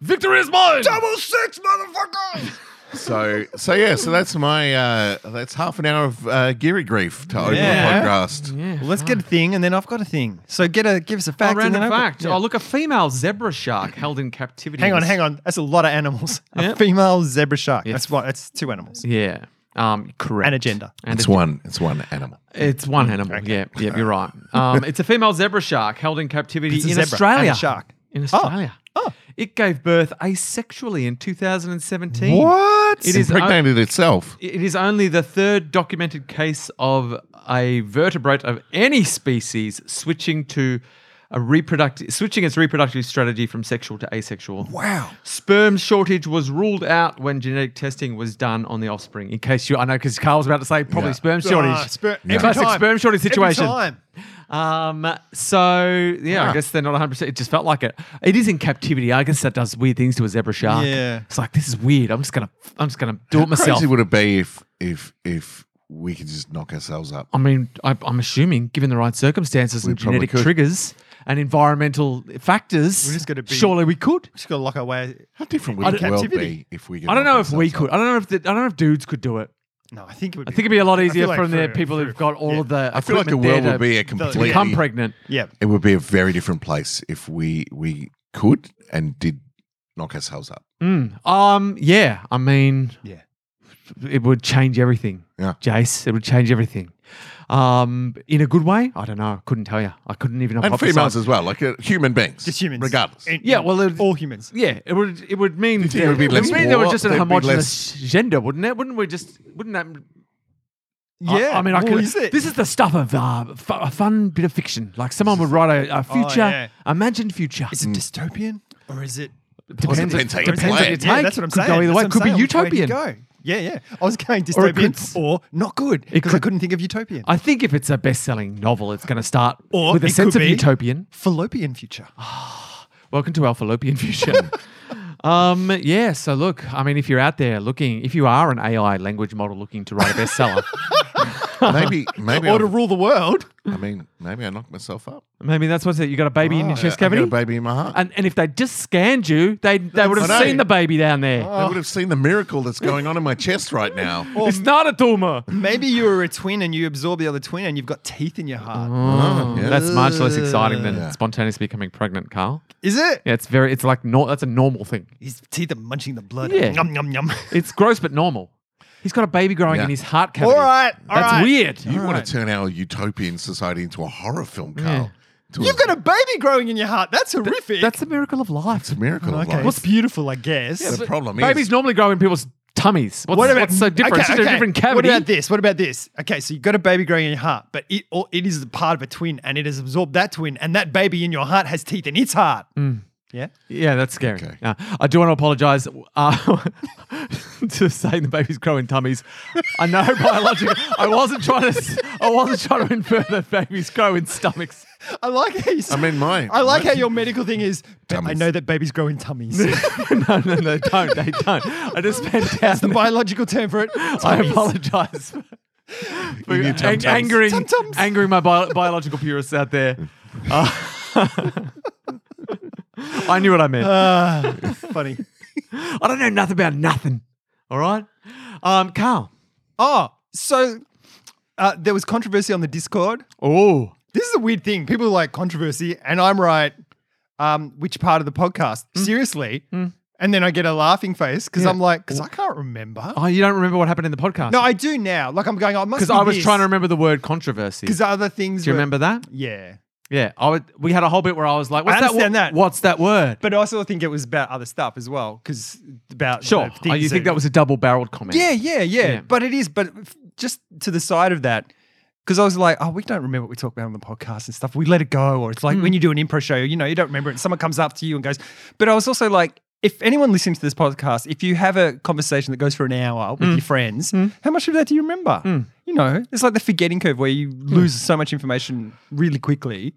Victory is mine. Double six, motherfucker. so, so yeah, so that's my uh that's half an hour of uh, Geary grief to open Yeah. the podcast. Yeah. Well, let's get a thing, and then I've got a thing. So get a give us a fact. oh, and random then I've got- fact. yeah. Oh, look, a female zebra shark held in captivity. Hang on, was- hang on. That's a lot of animals. Yeah. A female zebra shark. That's what. That's two animals. Yeah. Um, correct. And a gender. And it's a- one. It's one animal. It's one animal. Yeah, yeah, you're right. Um, it's a female zebra shark held in captivity It's a in zebra and a Australia. shark. in Australia. Oh. it gave birth asexually in 2017. What? It It is- impregnated itself. It is only the third documented case of a vertebrate of any species switching to a reproductive switching its reproductive strategy from sexual to asexual. Wow. Sperm shortage was ruled out when genetic testing was done on the offspring. In case you, I know because Carl was about to say probably Yeah. sperm shortage. Ah, sper- Yeah. every Classic time. sperm shortage Every situation. time. Um, so yeah, I Huh. guess they're not 100. percent It just felt like it. It is in captivity. I guess that does weird things to a zebra shark. Yeah. it's like this is weird. I'm just gonna, I'm just gonna do it myself. Crazy would it be if if if we could just knock ourselves up? I mean, I, I'm assuming, given the right circumstances and probably genetic could. triggers and environmental factors, We just gotta be- surely we could. Just gotta lock our way. How different I would the don't- world Captivity. be if we? Could I don't knock know if we ourselves up? could. I don't know if the, I don't know if dudes could do it. No, I think it would. I think it'd be a lot easier like from the for- people for- who've got all yeah. of the. I feel like the equipment world there would be a to completely. become pregnant. Yeah. It would be a very different place if we we could and did knock ourselves up. Mm. Um. Yeah. I mean. Yeah. It would change everything. Yeah. Jace. It would change everything. Um. In a good way. I don't know. I couldn't tell you. I couldn't even. And hypothesize. females as well, like uh, human beings, Just humans. regardless. In- Yeah, in- well, it- all humans. Yeah, it would. It would mean you think it would be would less mean there was war? just a There'd be homogenous gender, wouldn't it? Wouldn't we just? Wouldn't that? I- I, mean, I what could. is it? This is the stuff of uh, f- a fun bit of fiction. Like someone would write Oh, a, a future, yeah. imagined future. Is it dystopian or is Mm. it? Depends- depends how you depends play on it. your It's take. Yeah, that's what I'm could saying. Go either That's way. what Could I'm be saying. Which way do you utopian. Go. Yeah, yeah. I was going Or it could- dystopian or, not good It because I could- couldn't think of utopian. I think if it's a best-selling novel, it's going to start Or with a it sense could of be- utopian. Fallopian future. Welcome to our fallopian future. um, yeah. So look, I mean, if you're out there looking, if you are an AI language model looking to write a bestseller, *laughs* Maybe, maybe. or to I've- rule the world. I mean, maybe I knocked myself up. maybe that's what's it. You got a baby in your Oh, Yeah, chest I've got cavity. a baby in my heart. And, and if they just scanned you, they they would have I know. seen the baby down there. They would have seen the miracle that's going on in my chest right *laughs* now. It's not a tumor. Maybe you were a twin and you absorb the other twin and you've got teeth in your heart. Oh, yeah. That's much less exciting than Yeah. spontaneously becoming pregnant, Carl. Is it? Yeah, it's very. It's like no, that's a normal thing. His teeth are munching the blood. Yeah. Yum yum yum. *laughs* It's gross but normal. He's got a baby growing Yeah. in his heart all cavity. right. all that's right. weird. You want to turn our utopian society into a horror film, Carl? To You've got a baby growing in your heart. That's horrific. That's the miracle of life. a miracle. of okay. life. What's beautiful, I guess. the problem? Babies is, normally grow in people's tummies. What's, what what's so different? it's just a different cavity. What about this? What about this? Okay, so you've got a baby growing in your heart, but it or it is a part of a twin and it has absorbed that twin, and that baby in your heart has teeth in its heart. Hmm. Yeah? Yeah, that's scary. Okay. Uh, I do want to apologise uh, *laughs* to saying the babies grow in tummies. I know *laughs* biologically, I wasn't trying to. s- I wasn't trying to infer that babies grow in stomachs. *laughs* I like how you s- I mean, my- I like my- how your medical thing is "But I Tummies. know that babies grow in tummies. *laughs* no, no, no, don't. They don't. I just bent down. the biological term *laughs* for it. I tummies. apologise. for- for your ang- tum-tums. angering, Tum-tums. angering my bio- biological purists out there. Uh, I knew what I meant. Ah, funny. I don't know nothing about nothing. All right, um, Carl. Oh, so uh, there was controversy on the Discord. Oh, This is a weird thing. People like controversy, and I'm right. Um, which part of the podcast? Seriously. And then I get a laughing face because Mm. Yeah. I'm like, because I can't remember. Oh, you don't remember what happened in the podcast? No, I do now. Like I'm going, oh, because I was trying to remember the word controversy. Because other things. Do you were- remember that? Yeah. Yeah, I would, we had a whole bit where I was like, "What's that? understand wo- that. What's that word?" But I also think it was about other stuff as well. Because about Sure. the Oh, you things think that was a double-barreled comment? Yeah, yeah, yeah, Yeah. But it is. But f- just to the side of that, because I was like, oh, we don't remember what we talk about on the podcast and stuff. We let it go. Or it's Hmm. like when you do an improv show, you know, you don't remember it. And someone comes up to you and goes, but I was also like, if anyone listening to this podcast, if you have a conversation that goes for an hour with Hmm. your friends, how much of that do you remember? You know, it's like the forgetting curve where you Hmm. lose so much information really quickly.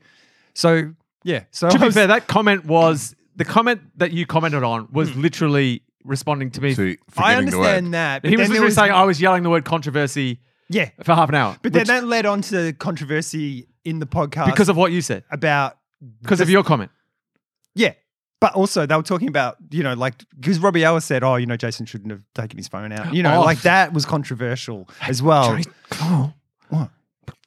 So, yeah. So, To I be was- fair, that comment was the comment that you commented on was Hmm. literally responding to me. to I forgetting the word. understand that. but he was then there literally saying I was yelling the word controversy yeah. for half an hour, But which- then that led on to controversy in the podcast because of what you said, about because of your comment. yeah. But also they were talking about you know like because Robbie Ellis said oh you know Jason shouldn't have taken his phone out you know Oh. Oh. like that was controversial as well. Johnny, Carl, What?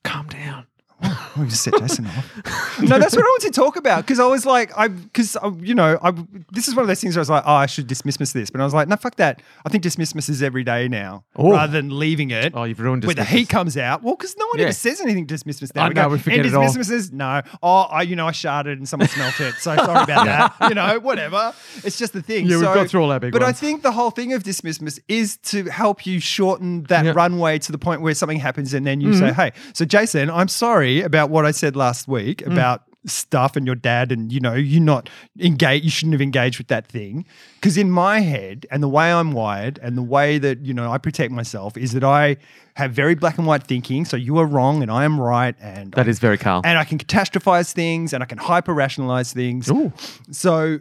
calm down. *laughs* I'm just set Jason off. no, that's what I want to talk about because I was like, I because you know, I this is one of those things where I was like, oh, I should dismiss this, but I was like, no, fuck that. I think dismiss is every day now, rather than leaving it. Oh, you've ruined when the dismiss. heat comes out. Well, because no one Yeah. ever says anything to dismiss now. I know, we forget "And it all." dismiss is no. Oh, I, you know, I sharded and someone smelt it, so *laughs* sorry about that. You know, whatever. It's just the thing. Yeah, we've So- got through all our big But I ones. think the whole thing of dismissiveness is to help you shorten that Yeah. runway to the point where something happens and then you say, hey, so Jason, I'm sorry about what I said last week about stuff and your dad and you know you not engage you shouldn't have engaged with that thing because in my head and the way i'm wired and the way that you know i protect myself is that i have very black and white thinking so you are wrong and i am right and That is very Carl. and I can catastrophize things and I can hyper rationalize things. So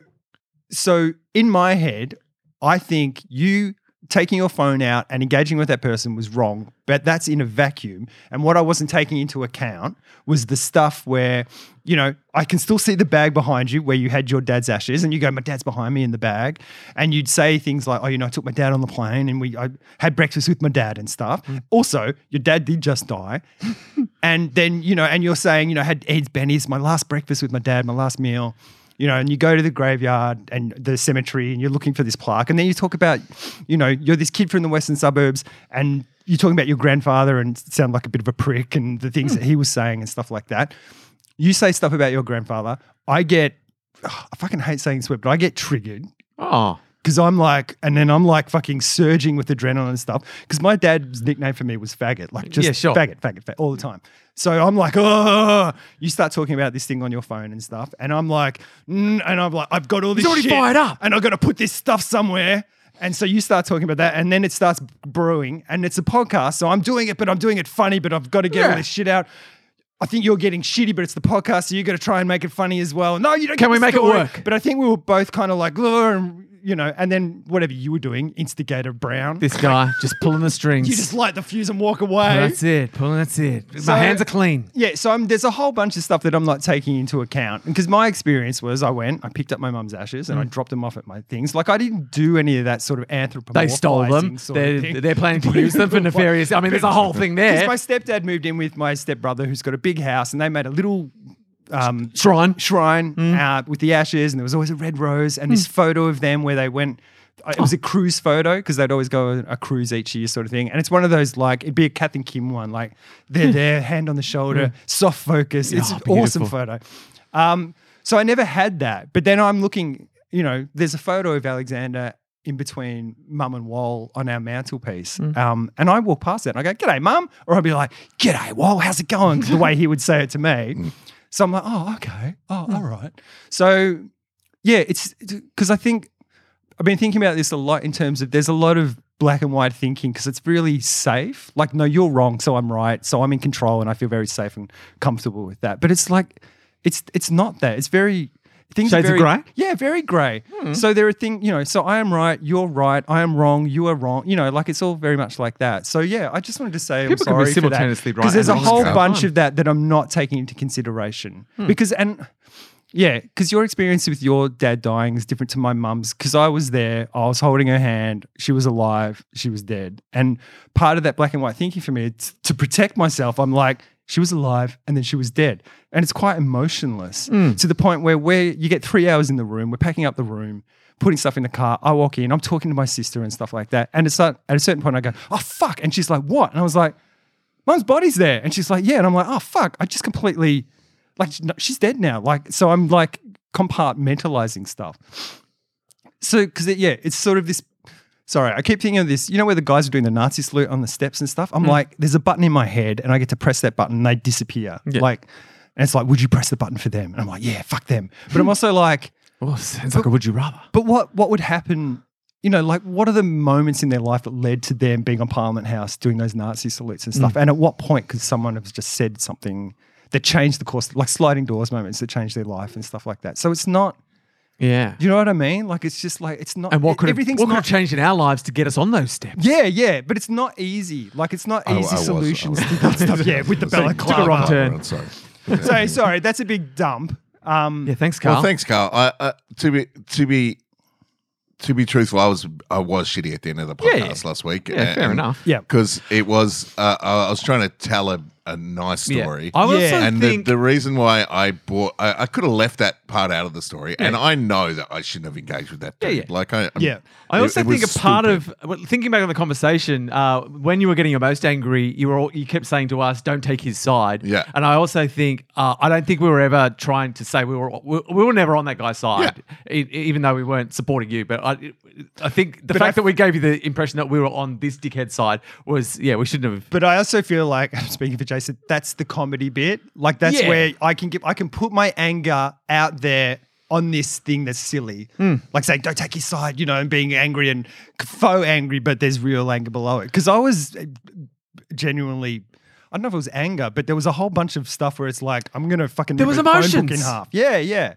so in my head, I think you taking your phone out and engaging with that person was wrong, but that's in a vacuum. And what I wasn't taking into account was the stuff where, you know, I can still see the bag behind you where you had your dad's ashes and you go, my dad's behind me in the bag. And you'd say things like, oh, you know, I took my dad on the plane and we I had breakfast with my dad and stuff. Also, your dad did just die. and then, you know, and you're saying, you know, I had Ed's Benny's, my last breakfast with my dad, my last meal you know, and you go to the graveyard and the cemetery and you're looking for this plaque. And then you talk about, you know, you're this kid from the western suburbs and you're talking about your grandfather and sound like a bit of a prick and the things that he was saying and stuff like that. You say stuff about your grandfather. I get, I fucking hate saying this word, but I get triggered oh, because I'm like, and then I'm like fucking surging with adrenaline and stuff. Because my dad's nickname for me was faggot, like just Yeah, sure. faggot, faggot, faggot, all the time. So I'm like, oh, you start talking about this thing on your phone and stuff, and I'm like, mm, and I'm like, I've got all this already shit, fired up. and I'm gonna put this stuff somewhere. And so you start talking about that, and then it starts brewing, and it's a podcast. So I'm doing it, but I'm doing it funny, but I've got to get Yeah. all this shit out. I think you're getting shitty, but it's the podcast, so you got to try and make it funny as well. No, you don't. Can get we the make it story. work? But I think we were both kind of like, "Ugh," and, you know, and then whatever you were doing, instigator Brown, this guy just pulling the strings. you just light the fuse and walk away. that's it. Pulling. That's it. So- My hands are clean. Yeah, so I'm, there's a whole bunch of stuff that I'm not taking into account because my experience was I went, I picked up my mum's ashes and I dropped them off at my things. Like I didn't do any of that sort of anthropomorphizing. Mm. They stole them. Sort of They're, thing. they're planning to use them *laughs* for nefarious. I mean, there's a whole thing Because there. my stepdad moved in with my stepbrother, who's got a big house, and they made a little um, Shrine. shrine uh, with the ashes, and there was always a red rose and this photo of them where they went. uh, It was a cruise photo because they'd always go on a cruise each year, sort of thing. And it's one of those like it'd be a Kath and Kim one, like they're there, hand on the shoulder, soft focus. It's Oh, an awesome beautiful. photo. Um, so I never had that, but then I'm looking. You know, there's a photo of Alexander in between mum and Wall on our mantelpiece, um, and I walk past that and I go, "G'day, mum," or I'll be like, "G'day, Wall, how's it going?" the way he would say it to me. So I'm like, oh, okay. Oh, all right. So, yeah, it's because I think I've been thinking about this a lot in terms of there's a lot of black and white thinking because it's really safe. Like, no, you're wrong, so I'm right. So I'm in control and I feel very safe and comfortable with that. But it's like, it's it's not that. It's very, things Shades are of very, grey? Hmm. Yeah, very grey. So there are things, you know, so I am right, you're right, I am wrong, you are wrong. You know, like it's all very much like that. So yeah, I just wanted to say People can I'm be sorry for that. simultaneously right Because there's a and wrong whole at the bunch time. of that that I'm not taking into consideration. Hmm. Because, and yeah, because your experience with your dad dying is different to my mum's. Because I was there, I was holding her hand, she was alive, she was dead. And part of that black and white thinking for me, it's to protect myself, I'm like, she was alive and then she was dead. And it's quite emotionless Hmm. to the point where where you get three hours in the room, we're packing up the room, putting stuff in the car. I walk in, I'm talking to my sister and stuff like that. And it's like, at a certain point, I go, oh, fuck. And she's like, what? And I was like, mum's body's there. And she's like, yeah. And I'm like, oh, fuck. I just completely, like, no, she's dead now. Like, so I'm like compartmentalizing stuff. So, because, it, yeah, it's sort of this. Sorry, I keep thinking of this. You know where the guys are doing the Nazi salute on the steps and stuff? I'm like, there's a button in my head and I get to press that button and they disappear. Yeah. Like, and it's like, would you press the button for them? And I'm like, yeah, fuck them. But I'm also like, Oh, sounds like a would you rather. but what what would happen? You know, like what are the moments in their life that led to them being on Parliament House doing those Nazi salutes and Mm. stuff? And at what point could someone have just said something that changed the course, like sliding doors moments that changed their life and stuff like that? So it's not, Yeah. you know what I mean? Like it's just like it's not. And what could have, everything's what could have not changed in our lives to get us on those steps? yeah, yeah, but it's not easy. Like it's not I- I easy was- I was- solutions *laughs* to that stuff. Yeah, with the Took a wrong balaclava. turn. Right, sorry. Sorry, sorry, that's a big dump. Um, Yeah. Thanks, Carl. Well, thanks, Carl. I, uh, to be to be to be truthful, I was I was shitty at the end of the podcast yeah. last week. yeah. Fair enough. yeah, Because it was, uh, I I was trying to tell a a nice Yeah. story. I also Yeah. and think the, the reason why I bought, I, I could have left that part out of the story, and I know that I shouldn't have engaged with that. Dude. yeah. Like I, I'm- Yeah. I it- also it was think a part stupid. of well, thinking back on the conversation uh, when you were getting your most angry, you were all, you kept saying to us, "Don't take his side." Yeah. and I also think uh, I don't think we were ever trying to say we were we, we were never on that guy's side, e- even though we weren't supporting you. But I, I think the But fact I- that we gave you the impression that we were on this dickhead side was yeah, we shouldn't have. But I also feel like *laughs* speaking for Jason, that's the comedy bit. Like that's Yeah. where I can give I can put my anger out there on this thing that's silly. Hmm. Like saying, don't take his side, you know, and being angry and faux angry, but there's real anger below it. Because I was uh, genuinely I don't know if it was anger, but there was a whole bunch of stuff where it's like, I'm gonna fucking There rip was your phone book in emotions. half. Yeah, yeah.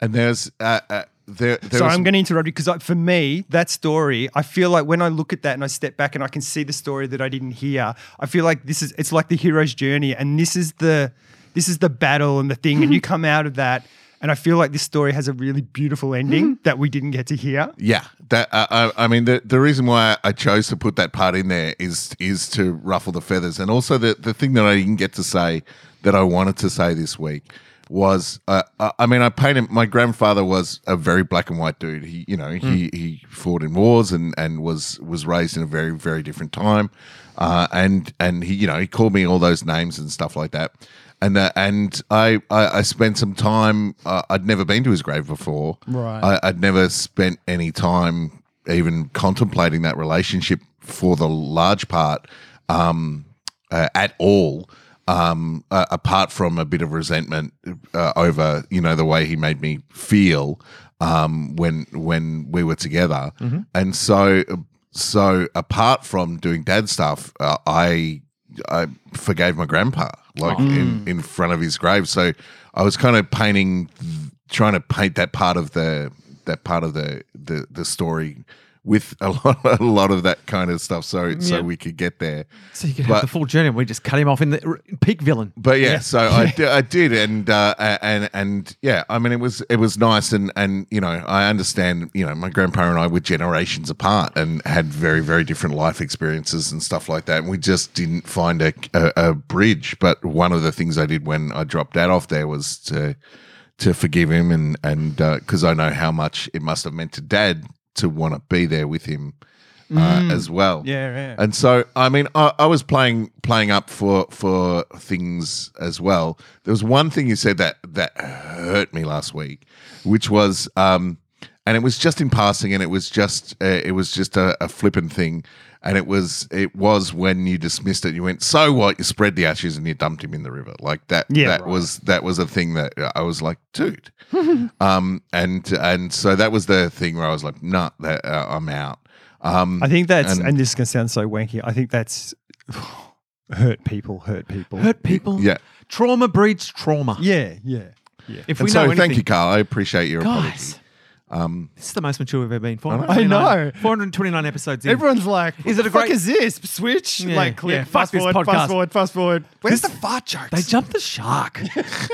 and there's uh, uh, there. there So was- I'm going to interrupt you because for me, that story, I feel like when I look at that and I step back and I can see the story that I didn't hear, I feel like this is it's like the hero's journey, and this is the this is the battle and the thing, and you come out of that, and I feel like this story has a really beautiful ending that we didn't get to hear. Yeah, that uh, I, I mean the the reason why I chose to put that part in there is is to ruffle the feathers, and also the the thing that I didn't get to say that I wanted to say this week was uh, I, I mean I painted my grandfather was a very black and white dude. He you know he he fought in wars and and was was raised in a very very different time, uh, and and he you know he called me all those names and stuff like that. And, uh, and I, I, I spent some time. Uh, I'd never been to his grave before. Right. I, I'd never spent any time even contemplating that relationship for the large part um, uh, at all. Um, uh, apart from a bit of resentment uh, over, you know, the way he made me feel um, when when we were together, and so so apart from doing dad stuff, uh, I I forgave my grandpa like in, in front of his grave. So I was kind of painting, trying to paint that part of the that part of the the, the story with a lot *laughs* a lot of that kind of stuff. So so we could get there. So you could But- have the full journey. and We just cut him off in the r- peak villain. But yeah, so *laughs* I, di- I did, and uh, a- and and yeah, I mean it was it was nice, and and you know I understand you know my grandpa and I were generations apart and had very very different life experiences and stuff like that, and we just didn't find a, a, a bridge. But one of the things I did when I dropped Dad off there was to to forgive him, and and because I know how much it must have meant to Dad to want to be there with him uh, as well. Mm. Yeah, yeah. And so, I mean, I, I was playing playing up for for things as well. There was one thing you said that that hurt me last week, which was, um, and it was just in passing, and it was just uh, it was just a, a flippant thing, and it was it was when you dismissed it. You went, so what? You spread the ashes and you dumped him in the river. Like that. Yeah, that right. was that was a thing that I was like, *laughs* dude. um, and and so that was the thing where I was like, nah, that, uh, I'm out. Um, I think that's And- and, this is going to sound so wanky. I think that's *sighs* hurt people, hurt people. Hurt people. yeah. Trauma breeds trauma. Yeah, yeah, yeah. If And we know so, anything, thank you, Carl. I appreciate your apology. guys. Um, This is the most mature we've ever been. I know. 429 429 episodes in. Everyone's like, Is it a fuck great- is this? Switch? Yeah, like, click, yeah, fuck fast this forward, podcast. fast forward, fast forward. Where's the fart jokes? they jumped *laughs* the shark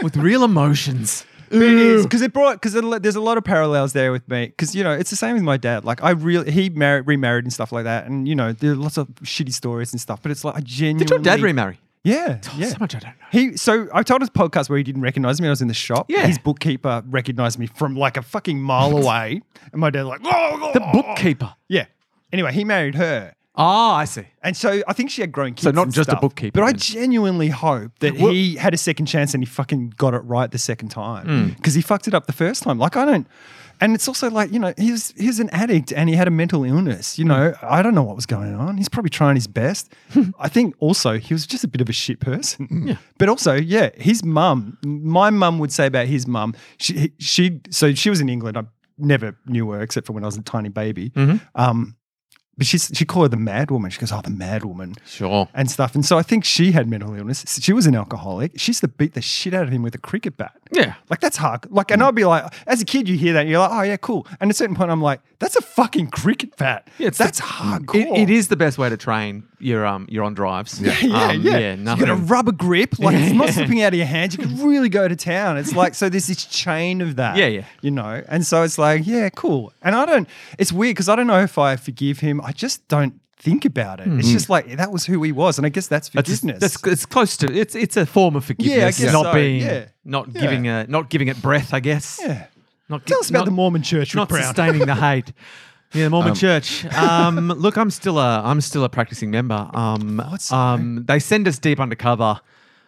with real emotions. But it is because it brought because there's a lot of parallels there with me because you know it's the same with my dad. Like I really he married remarried and stuff like that, and you know there are lots of shitty stories and stuff. But it's like I genuinely Did your dad remarry? Oh, Yeah, yeah. So much I don't know. He so I told his podcast where he didn't recognize me. I was in the shop. Yeah. his bookkeeper recognized me from like a fucking mile away, and my dad like oh, The bookkeeper. Yeah. Anyway, he married her. Ah, I see. And so I think she had grown kids. So not and just a stuff. bookkeeper But I then. genuinely hope that Well- he had a second chance and he fucking got it right the second time Hmm. because he fucked it up the first time. Like I don't. And it's also like you know he was he was an addict and he had a mental illness. You know I don't know what was going on. He's probably trying his best. *laughs* I think also he was just a bit of a shit person. Hmm. But also yeah, his mum. My mum would say about his mum. She she so she was in England. I never knew her except for when I was a tiny baby. Mm-hmm. Um, but she's, she called her the mad woman. She goes, oh, the mad woman Sure. and stuff. And so I think she had mental illness. She was an alcoholic. She used to beat the shit out of him with a cricket bat. Yeah. Like that's hard. Like, and I'd be like, as a kid, you hear that, and you're like, oh yeah, cool. And at a certain point, I'm like, that's a fucking cricket bat. Yeah, it's that's the- hardcore. It, it is the best way to train your um your on drives. Yeah, *laughs* yeah, um, yeah. you nothing. got a rubber grip. Like *laughs* it's not slipping out of your hands. You can really go to town. It's like so. There's this chain of that. Yeah, yeah. You know, and so it's like, yeah, cool. And I don't. It's weird because I don't know if I forgive him. I just don't think about it. It's just like that was who he was, and I guess that's Hmm. That's, forgiveness. that's it's close to it's it's a form of forgiveness. guess not so, being yeah. not Yeah. giving a not giving it breath, I guess. yeah. Not, Tell us about not- the Mormon Church, Rick not Brown. sustaining the hate. Yeah, the Mormon Church. Um, look, I'm still a I'm still a practicing member. Um, so? um, they send us deep undercover.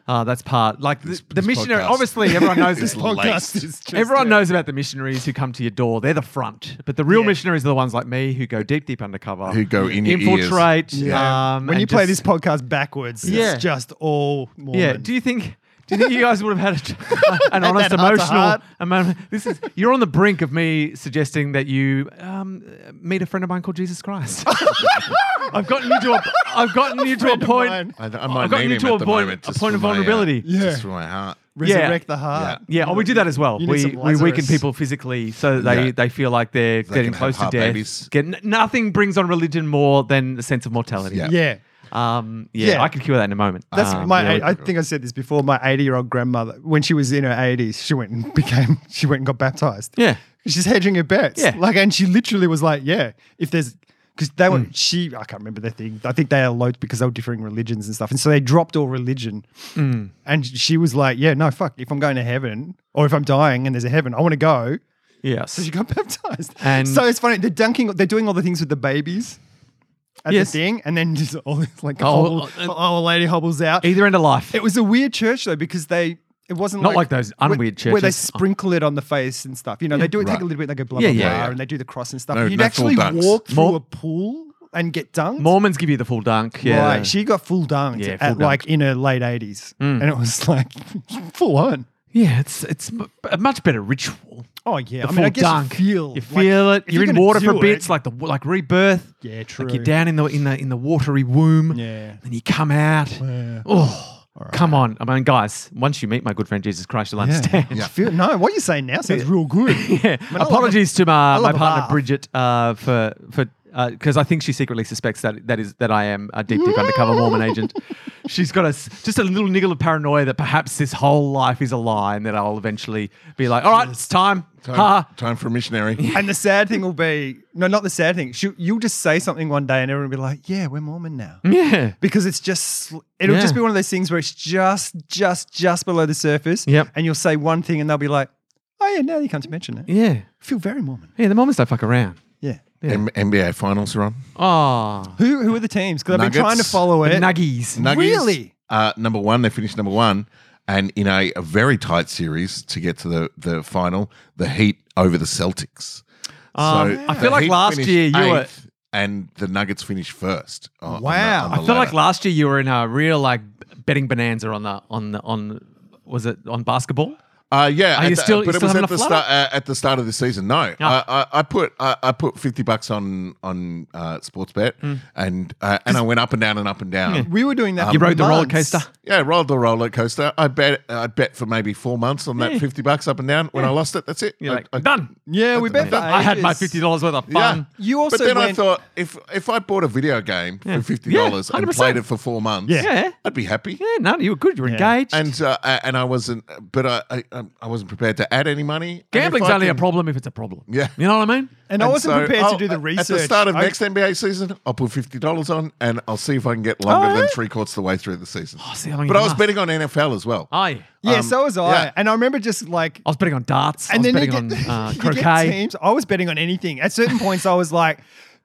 Uh, that's part like the, the this missionary. podcast. Obviously, everyone knows this Laced. podcast is just- Everyone knows about the missionaries who come to your door. They're the front, but the real Yeah. missionaries are the ones like me who go deep, deep undercover, Who go in your ears. infiltrate. Yeah. Um, when and you play just- this podcast backwards, Yeah. it's just all Mormon. yeah. Do you think? Do you think you guys would *laughs* have had a, an honest, that heart to emotional? heart. emo- This is you're on the brink of me suggesting that you um, meet a friend of mine called Jesus *laughs* Christ. I've gotten you to a I've gotten you to a Friend of point. mine. I, I might I've gotten need him you to at a the point- moment a just point of for my, uh, vulability. Yeah. Just for my heart. resurrect the heart? Yeah, oh, we do that as well. You need We, some we weaken Lazarus. people physically so they, Yeah. they feel like they're can getting have close to heart death. babies. Get, n- nothing brings on religion more than the sense of mortality. Yeah. Yeah. Um, yeah, Yeah. I could cure that in a moment. That's Um, my. yeah, I, I think I said this before. My eighty-year-old grandmother, when she was in her eighties, she went and *laughs* became. She went and got baptized. Yeah. she's hedging her bets. Yeah. like, and she literally was like, "Yeah, if there's." Because they Hmm. were, she, I can't remember the thing. I think they eloped because they were differing religions and stuff. And so they dropped all religion. Hmm. And she was like, yeah, no, fuck. If I'm going to heaven or if I'm dying and there's a heaven, I want to go. Yes. So she got *laughs* baptized. And- so it's funny. They're dunking. They're doing all the things with the babies at Yes. the thing, and then just all *laughs* this, like Oh, hobble, uh, oh, old lady hobbles out. Either end of life. It was a weird church though because they. It wasn't Not like those where- unweird where they churches. sprinkle it on the face and stuff. You know, they do it, take a little bit, they go blah Yeah, blah yeah, blah, yeah. and they do the cross and stuff. No- You'd no full actually dunks. walk through More- a pool and get dunked. Mormons give you the full dunk. Yeah. Right, she got full dunked Yeah, full Mm. at like in her late eighties, and it was like full on. yeah, it's it's m- a much better ritual. Oh The yeah, I full mean, I guess dunk. you feel, like, feel it. if You're in gonna water for do bits, it- like the like rebirth. yeah, true. Like you're *laughs* down in the in the in the watery womb. Yeah. Then you come out. Yeah. Oh, come on! I mean, guys, once you meet my good friend Jesus Christ, you'll understand. Yeah. Feel- no, what you're saying now sounds real good. *laughs* Yeah. I love Apologies to my, love my a partner laugh. Bridget uh, for for because I think she secretly suspects that that is that I am a deep deep undercover *laughs* Mormon agent. She's got a s just a little niggle of paranoia that perhaps this whole life is a lie and that I'll eventually be like, all right, it's time. Time, Ha. time for a missionary. And the sad thing will be, no, not the sad thing. She'll, you'll just say something one day, and everyone will be like, "Yeah, we're Mormon now," Yeah. because it's just it'll Yeah. just be one of those things where it's just, just, just below the surface. Yep. And you'll say one thing, and they'll be like, "Oh yeah, now you come to mention it, I Yeah. feel very Mormon." Yeah. The Mormons don't fuck around. Yeah. M- NBA finals are on. Oh. Who who are the teams? Because I've been trying to Nuggets. follow The it. nuggies. Nuggies, Really? Uh, number one, they finished number one. And in a, a very tight series to get to the, the final, the Heat over the Celtics. Um, I the feel like Heat last finished year you were- eighth And the Nuggets finished first. on- on the- Wow. on the I feel like ladder. last year you were in a real like betting bonanza on the on the on was it on basketball? Uh, yeah, Are at you the- still- you but it still was having at a the flutter? Ah. start uh, at the start of the season. No, I, I, I put I, I put fifty bucks on on uh, sports bet, Hmm. and uh, and I went up and down and up and down. We were doing that. You for rode the roller months. coaster. Yeah, rolled the roller coaster. I bet I bet for maybe four months on that Yeah. fifty bucks up and down. When I lost it, that's it. You're I- like I- done. Yeah, we bet. for I had my ages. fifty dollars worth of yeah. fun. You also but then I went- thought if if I bought a video game Yeah. for fifty dollars Yeah, and 100%. played it for four months, Yeah. Yeah. I'd be happy. Yeah, no, you were good. You were Yeah. engaged. And uh, I- and I wasn't, but I, I um, I wasn't prepared to add any money. And if Gambling's I only a can- problem if it's a problem. Yeah. You know what I mean? And, I And wasn't so prepared I'll- to do the research. At the start of I- next NBA season, I'll put fifty dollars on, and I'll see if I can get longer Oh, than yeah. Oh, three quarters of the way through the season. see how long but you I was last. betting on NFL as well. I Yeah, Um, so was I. yeah. And I remember just like I was betting on darts. I was you betting *laughs* get- on uh, you get croquet. teams. I was betting on anything. At certain points, I was like,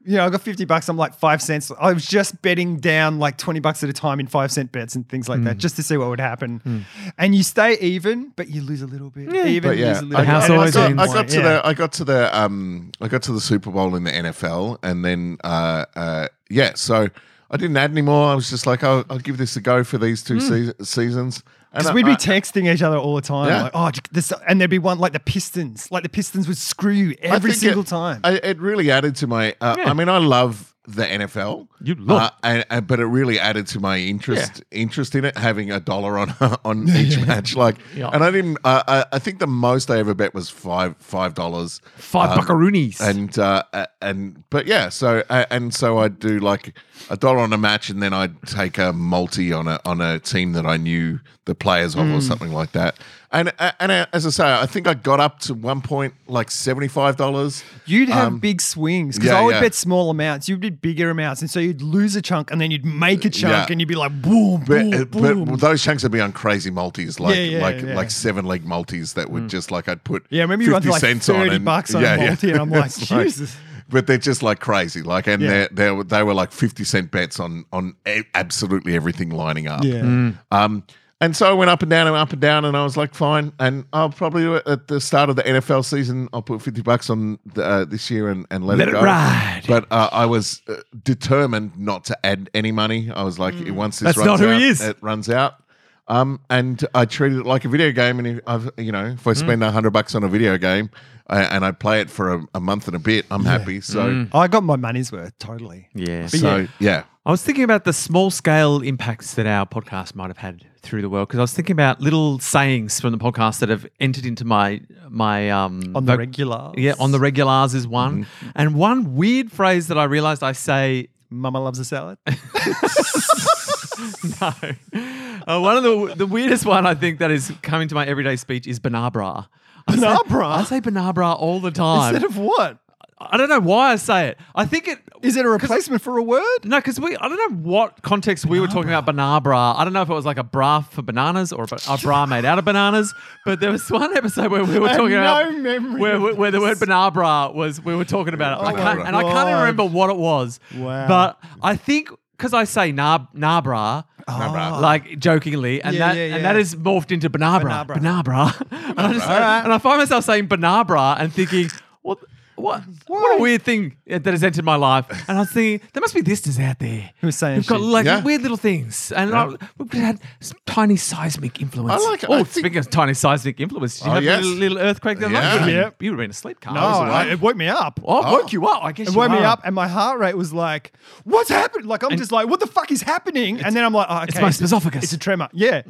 you know, I got 50 bucks. I'm like five cents. I was just betting down like 20 bucks at a time in five cent bets and things like Hmm. that just to see what would happen. And you stay even, but you lose a little bit. Even, But yeah, lose a little I, The house I bit. And at always got, certain I ends. got point, to yeah. the I got to the um I got to the Super Bowl in the NFL, and then uh uh yeah, so I didn't add any more. I was just like, I'll, I'll give this a go for these two sea- seasons. And I- Hmm. Because we'd be I- texting each other all the time, Yeah. like, oh, this, and there'd be one like the Pistons, like the Pistons would screw you every think single it, time. I, it really added to my. Uh, Yeah. I mean, I love the NFL. You love- uh, and, and- but it really added to my interest interest in it, having a dollar on *laughs* on each match. Like, Yeah. and I didn't. Uh, I, I think the most I ever bet was five five dollars. Um, Five buckaroonies. And uh, a- and but yeah, so uh, and so I'd do like a dollar on a match, and then I'd take a multi on a on a team that I knew the players Hmm. of or something like that. And uh, and uh, as I say, I think I got up to one point like seventy five dollars. You'd have big swings because yeah, I would Um, yeah. bet small amounts. You'd be bigger amounts, and so you'd lose a chunk, and then you'd make a chunk, Uh, Yeah. and you'd be like, boom, But, boom, but boom. uh, those chunks would be on crazy multis, like Yeah, yeah, like yeah. Mm. like seven leg multis that would just like I'd put Yeah, I remember you went for, like, 30 bucks on a *laughs* multi, and I'm like, It's Jesus. but they're just like crazy, like and Yeah. they're they were they were like fifty cent bets on on e- absolutely everything lining up. yeah, Um, and so I went up and down and up and down, and I was like, fine. And I'll probably do it at the start of the NFL season, I'll put fifty bucks on the, uh, this year and, and let, Let it it go. ride. But uh, I was uh, determined not to add any money. I was like, once this Mm. That's runs not who out, he is. it runs out. Um, and I treated it like a video game. And if I've, you know, Mm. if I spend a hundred bucks on a video game uh, and I play it for a, a month and a bit, I'm happy. So, I got my money's worth totally. Mm. Yeah. so yeah. I was thinking about the small scale impacts that our podcast might have had through the world because I was thinking about little sayings from the podcast that have entered into my my um On the Mm-hmm. voc- regular, Yeah, on the regulars is one, and one weird phrase that I realized I say Mama loves a *laughs* salad. no. Uh, one of the the weirdest one I think that is coming to my everyday speech is banabra. I say- Banabra? I say banabra all the time. Instead of what? I don't know why I say it. I think it Is *laughs* it a replacement for a word? No, because we, I don't know what context we were talking about banana bra. I don't know if it was like a bra for bananas or a, ba- a bra made out of bananas, but there was one episode where we were I have talking no about memory where, of where, where the word banana bra was, we were talking about it. I Oh can't, my and I can't even God. remember what it was. Wow. But I think because I say na, na bra, Nah, bruh. like jokingly, and Oh. Yeah, that yeah, and yeah. that is morphed into banabra, Banabra. banabra, *laughs* and I just Alright. and I find myself saying banabra and thinking, what, what, what a Why? weird thing that has entered my life, and I was thinking there must be listeners out there Who's saying who've got shit. like Yeah. weird little things, and I, we've had some tiny seismic influence. I like- Oh, I think- speaking of tiny seismic influence, did you Oh, have yes. a little, little earthquake the other Yeah. night? You Yeah. would've been- You would have been asleep, Carl. No, was awake. I- it woke me up. Oh, it woke you up. I guess It you woke me are. up, and my heart rate was like, "What's happened?" Like I'm just like, "What the fuck is happening?" And then I'm like, oh, okay, my a- esophagus." Mm-hmm. It's a tremor." Yeah.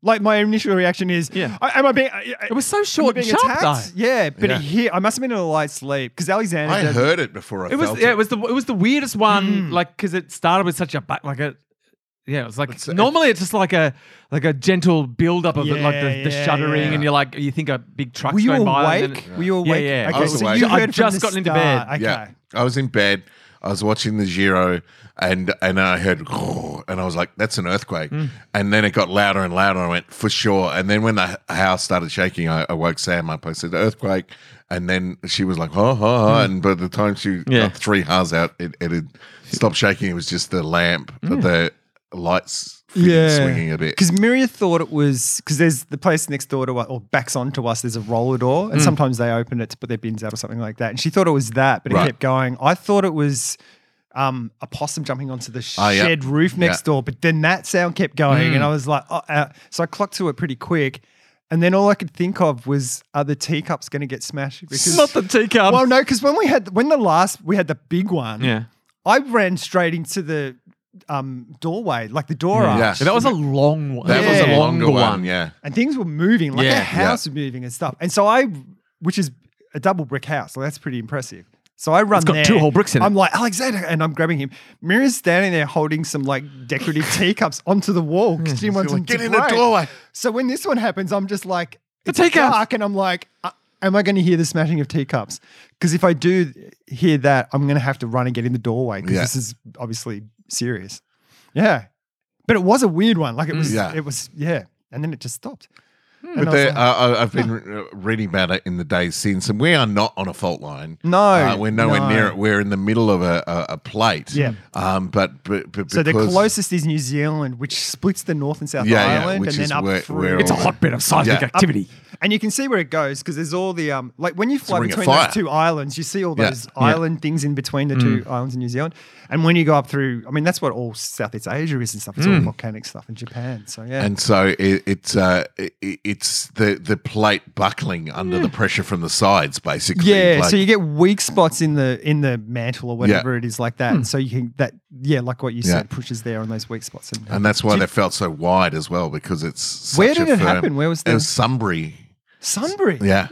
Like my initial reaction is, Yeah. I, am I being? I, It was so short and being sharp, attacked? though. Yeah, but Yeah. here I must have been in a light sleep because Alexander. I does- heard it before I It was felt yeah, it was the it was the weirdest Hmm. one, like because it started with such a ba- like a yeah, it was like normally it's just like a like a gentle build up of it, like the, Yeah, the yeah, shuddering, yeah. and you're like you think a big truck's Were you going by. and awake? then it- *laughs* Were you Yeah, awake? yeah. I Okay, was so awake. you I heard from just the gotten into start. bed. Okay. Yeah. I was in bed. I was watching the Giro and and I heard and I was like, that's an earthquake. And then it got louder and louder. I went, for sure. And then when the h- house started shaking, I, I woke Sam up. I said, earthquake. And then she was like, oh, oh, oh. And by the time she Yeah. got three hours out, it, it had stopped shaking. It was just the lamp, the lights fitting- swinging a bit. Because Miria thought it was because there's the place next door to us or backs onto us. There's a roller door, Mm. and sometimes they open it to put their bins out or something like that. And she thought it was that, but it Right. kept going. I thought it was um, a possum jumping onto the Oh, yeah. shed roof next Yeah. door, but then that sound kept going, Mm. and I was like, oh, uh, so I clocked to it pretty quick. And then all I could think of was, are the teacups going to get smashed? Because Not the teacup. *laughs* well, no, because when we had when the last we had the big one, yeah. I ran straight into the um, doorway, like the door arch. Mm. Yeah. Yeah, that was a long one. that was Yeah. a longer one. Yeah. and things were moving like Yeah. our house was moving and stuff. And so I, which is a double brick house, so that's pretty impressive. So I run. It's got there. two whole bricks in it. I'm like Alexander, and I'm grabbing him. Mira's standing there holding some like decorative teacups onto the wall because Hmm. she wants them Get to in the break. doorway. So when this one happens, I'm just like it's teacups. dark, and I'm like, uh, am I going to hear the smashing of teacups? Because if I do hear that, I'm going to have to run and get in the doorway because Yeah. this is obviously serious. Yeah, but it was a weird one. Like it was. Yeah. It was. Yeah. And then it just stopped. And Mm. Hmm. But I was there, like, I I- I've been re- reading about it in the days since, and we are not on a fault line. No, Uh, we're nowhere no. near it. We're in the middle of a, a, a plate. Yeah. Um, but, but, but so the because- closest is New Zealand, which splits the North and South Yeah, yeah, Island, which and is then up where- through. where It's a all- hotbed of seismic Yeah. activity. and you can see where it goes because there's all the um, like when you fly ring of between fire. those two islands, you see all Yeah. Mm. those Yeah. island things in between the two islands in New Zealand, and when you go up through, I mean, that's what all Southeast Asia is and stuff. It's all volcanic stuff in Japan. So yeah, Mm. And so it, it's uh, it, it's the, the plate buckling under the pressure from the sides, basically. Yeah, Like- so you get weak spots in the in the mantle or whatever it is like that. So you can that yeah, like what you Hmm. Yeah. Um, said, pushes there on those weak spots. And, and that's why they felt so wide as well, because it's such Where a did it firm- happen? Where was It the- was Sunbury. Sunbury. Yeah.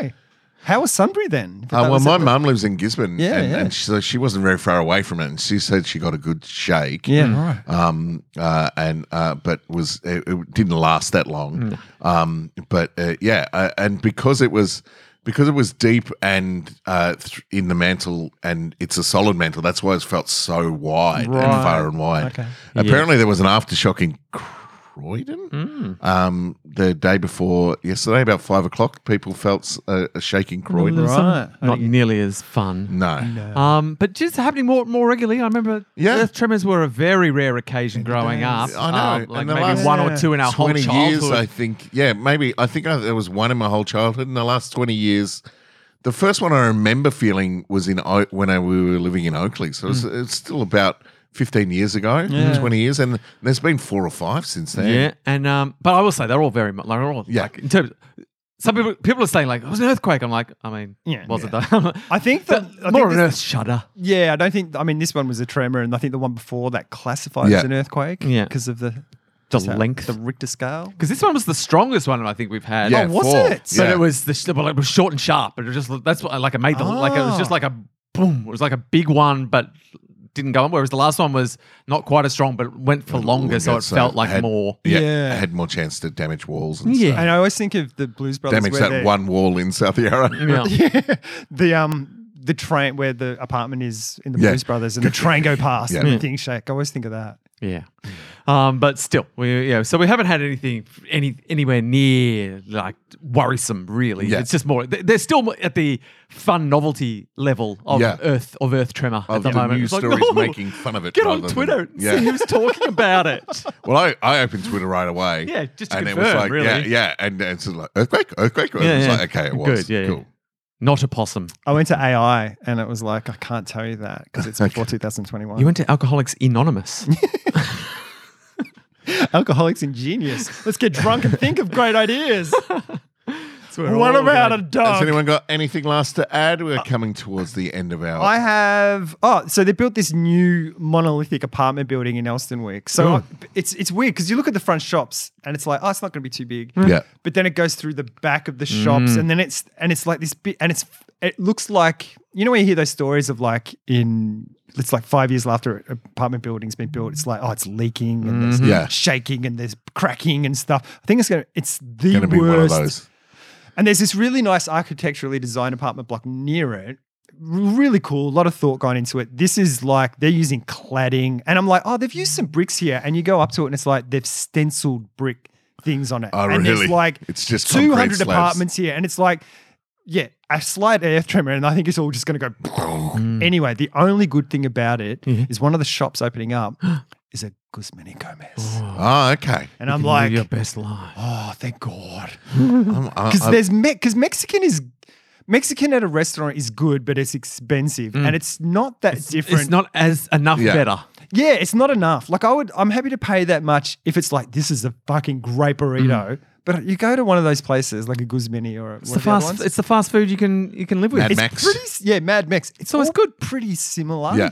Okay. How was Sunbury then? If Uh, that well, was my at the- mum lives in Gisborne, Yeah, and, yeah. and she, so she wasn't very far away from it. And she said she got a good shake. Yeah, right. um, uh, and uh, but was it, it didn't last that long. Um, but uh, yeah, uh, and because it was because it was deep and uh, th- in the mantle, and it's a solid mantle. That's why it's felt so wide and Right. far and wide. Okay. Apparently, there was an aftershock in Croydon um, the day before yesterday, about five o'clock. People felt s- a, a shaking Croydon. Some- Right. Not nearly as fun. No. Um, but just happening more more regularly. I remember Yeah. earth tremors were a very rare occasion growing up. I know. Um, like And the maybe last- one or Yeah. two in our whole 20 childhood. years, I think. Yeah, maybe. I think I, there was one in my whole childhood. In the last 20 years, the first one I remember feeling was in O- when I, we were living in Oakley. So it's, Hmm. it's still about 15 years ago, 20 years. And there's been four or five since then. yeah, and um, but I will say they're all very much like, they're all, Yeah. like in terms. Some people people are saying like it was an earthquake. I'm like, I mean, Yeah. was it *laughs* though? I think that I more think of an this- earth shudder. Yeah, I don't think. I mean, this one was a tremor, and I think the one before that classified Yeah. as an earthquake. Yeah. because of the The so- length. the Richter scale. Because this one was the strongest one I think we've had. Yeah, Oh, was four. it? But Yeah. it was the sh- well, it was short and sharp. It was just that's what like it made the like it was just Ah. like a boom. It was like a big one, but didn't go on. Whereas the last one was not quite as strong, but went for longer, so longer, it so felt like had- more. Yeah. Yeah. Had more chance to damage walls and Yeah. stuff. And I always think of the Blues Brothers. Damage where that they- one wall in South Yarra. *laughs* Yeah. Yeah, the um the train where the apartment is in the Yeah. Blues Brothers, and the train go past Yeah. and the things shake. I always think of that. Yeah. Um, but still, we yeah. So we haven't had anything any anywhere near like worrisome. Really, Yeah. it's just more. they- They're still mo- at the fun novelty level of Yeah. Earth of Earth tremor at Of the, the moment. news It's like, stories "No, making fun of it Get rather on than- Twitter and Yeah. see who's talking about it. Well, I, I opened Twitter right away. Yeah, just to and it was confirm, like, yeah, really. yeah, and, and it's just like earthquake, earthquake. Yeah, Yeah, it was yeah. like, okay, it was Good, yeah, cool. yeah. Not a possum. I went to AI, and it was like I can't tell you that *laughs* because it's before 2021. You went to Alcoholics Anonymous. *laughs* Alcoholics Ingenious. Let's get drunk and think of *laughs* great ideas. all what about *laughs* a going. Has dog? anyone got anything last to add? Uh, We're coming towards the end of our. I have. Oh, so they built this new monolithic apartment building in Elstonwick. So Oh. it's it's weird because you look at the front shops and it's like, oh, it's not going to be too big. Yeah. Mm. But then it goes through the back of the shops and then it's and it's like this bit and it's it looks like you know when you hear those stories of like in it's like five years after an apartment building's been built, it's like oh, it's leaking and there's Mm-hmm. Yeah. shaking and there's cracking and stuff. I think it's gonna it's the going to be worst one of those. and there's this really nice architecturally designed apartment block near it. Really cool, a lot of thought gone into it. This is like they're using cladding, and I'm like, oh, they've used some bricks here. And you go up to it, and it's like they've stenciled brick things on it. Oh, and really? there's like It's just concrete 200 slabs. apartments here, and it's like, yeah, a slight earth tremor, and I think it's all just going to go. Mm. Anyway, the only good thing about it is Mm-hmm. one of the shops *gasps* opening up is a Guzman y Gomez, Oh, okay. and I'm like, your best life. oh, thank God I'm- *laughs* I- because I- there's because Mexican is Mexican at a restaurant is good, but it's expensive and it's not that different. Mm. It's not as enough Yeah. better. yeah, it's not enough. Like I would, I'm happy to pay that much if it's like this is a fucking great burrito. But you go to one of those places like a Guzmini or Mm. It's the fast. ones, It's the fast food you can you can live with. Mad It's, Max. it's pretty, s- yeah, Mad Max. It's So it's all good. pretty similar. Yeah.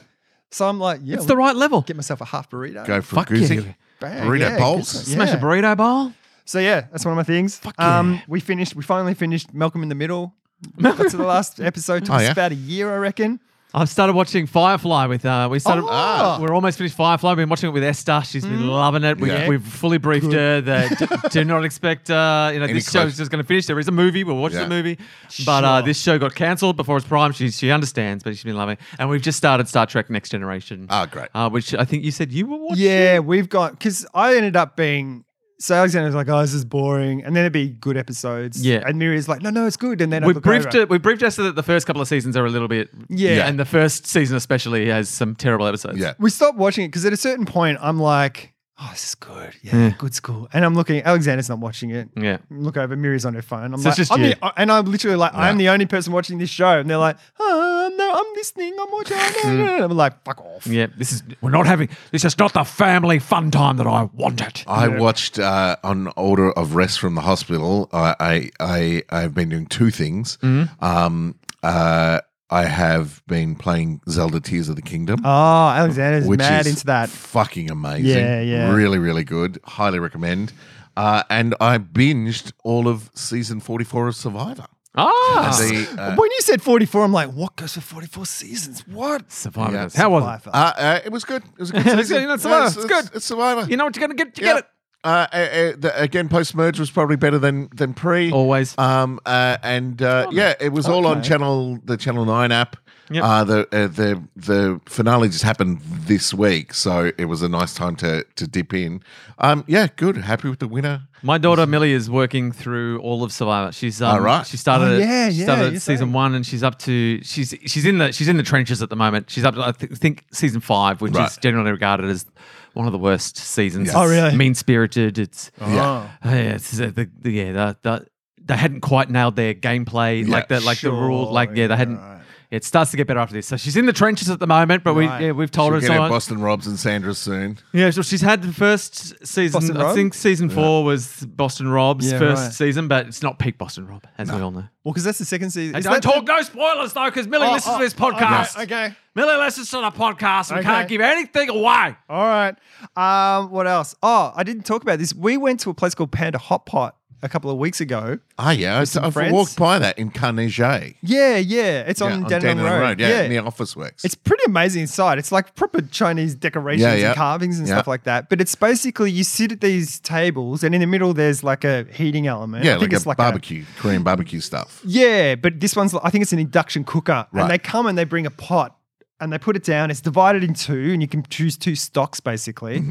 So I'm like, yeah, it's the right level. get myself a half burrito. go for Fuck a goosey. you. Bang, burrito yeah, bowls. Guzman, Smash a yeah. burrito bowl. So yeah, that's one of my things. yeah. um, we finished. We finally finished Malcolm in *laughs* the Middle. Got to the last episode. Took Oh, us yeah? about a year, I reckon. I've started watching Firefly with. Uh, we Oh. started. Ah. We're almost finished Firefly. We've been watching it with Esther. She's been loving it. We, Mm. Yeah. We've fully briefed her *laughs* that d- do not expect. Uh, you know, Any this close- show's just going to finish. There is a movie. We'll watch Yeah. the movie, but uh, Sure. this show got cancelled before its prime. She she understands, but she's been loving. it. And we've just started Star Trek: Next Generation. Ah, great. Uh, which I think you said you were watching. Yeah, we've got because I ended up being so Alexander's like, oh, this is boring, and then it'd be good episodes. Yeah. and Miri's like, no, no, it's good, and then I we look briefed over. it. We briefed us that the first couple of seasons are a little bit. Yeah. and the first season especially has some terrible episodes. Yeah. We stopped watching it because at a certain point, I'm like, oh, this is good, yeah, good school, and I'm looking. Alexander's not watching it. yeah. Look over, Miri's on her phone. I'm So like, it's just I'm you. the, and I'm literally like, Yeah. I'm the only person watching this show, and they're like, oh, no, I'm listening, I'm watching, *laughs* I'm like, fuck off. Mm. Yeah, this is we're not having this is not the family fun time that I wanted. I watched uh, on order of rest from the hospital. I I, I I've been doing two things. Mm-hmm. Um, uh, I have been playing Zelda Tears of the Kingdom. Oh, Alexander's which mad is into that. Fucking amazing. Yeah, yeah. Really, really good. Highly recommend. Uh, and I binged all of season 44 of Survivor. Ah, The, uh, when you said 44, I'm like, what goes for 44 seasons? What? Survivor. Yeah. How was Survivor. uh, uh, it was good. It was a good *laughs* It's season. good, you know, Survivor. Yeah, It's good. It's Survivor. it? You know what you're gonna get. You Yeah. get it. Uh, uh, uh, the, again, post merge was probably better than than pre. Always. Um. Uh, and uh, yeah, it was all on Okay. channel the Channel Nine app. Yep. Uh, the uh, the the finale just happened this week, so it was a nice time to to dip in. Um. Yeah. Good. Happy with the winner. My daughter Millie is working through all of Survivor. She's um, Oh, right. she started Oh, at- yeah, she yeah, started at you're season saying. 1 and she's up to she's she's in the she's in the trenches at the moment. She's up to I thi- think season 5 which Right. is generally regarded as one of the worst seasons. Yeah. Oh, really? Mean spirited. It's Yeah. Oh, yeah, it's, uh, the, the, yeah, the, the, they hadn't quite nailed their gameplay, Yeah. like the like the rule, Sure, like yeah, they yeah, hadn't. right. It starts to get better after this, so she's in the trenches at the moment. But Right. we yeah, we've told We'll her get our so. Boston Robs and Sandra soon. Yeah, so she's had the first season. Boston I Rob? think season four was Boston Rob's Yeah, first right. season, but it's not peak Boston Rob, as we all know. Well, because that's the second season. And Is don't that talk no spoilers though, because Millie Oh, listens oh, to this podcast. okay, okay. Millie listens to the podcast. We Okay. can't give anything away. All right. Um, what else? Oh, I didn't talk about this. We went to a place called Panda Hot Pot a couple of weeks ago. Ah, yeah. I- I've friends? walked by that in Carnegie. Yeah, yeah. It's on yeah, Dandenong Road. Yeah, near Office Works. It's pretty amazing inside. It's like proper Chinese decorations Yeah, yeah. and carvings and Yeah. stuff like that. But it's basically you sit at these tables, and in the middle there's like a heating element. I yeah, think like a it's like a- barbecue, Korean barbecue stuff. Yeah, but this one's, I think it's an induction cooker. Right. And they come and they bring a pot and they put it down. It's divided in two, and you can choose two stocks basically.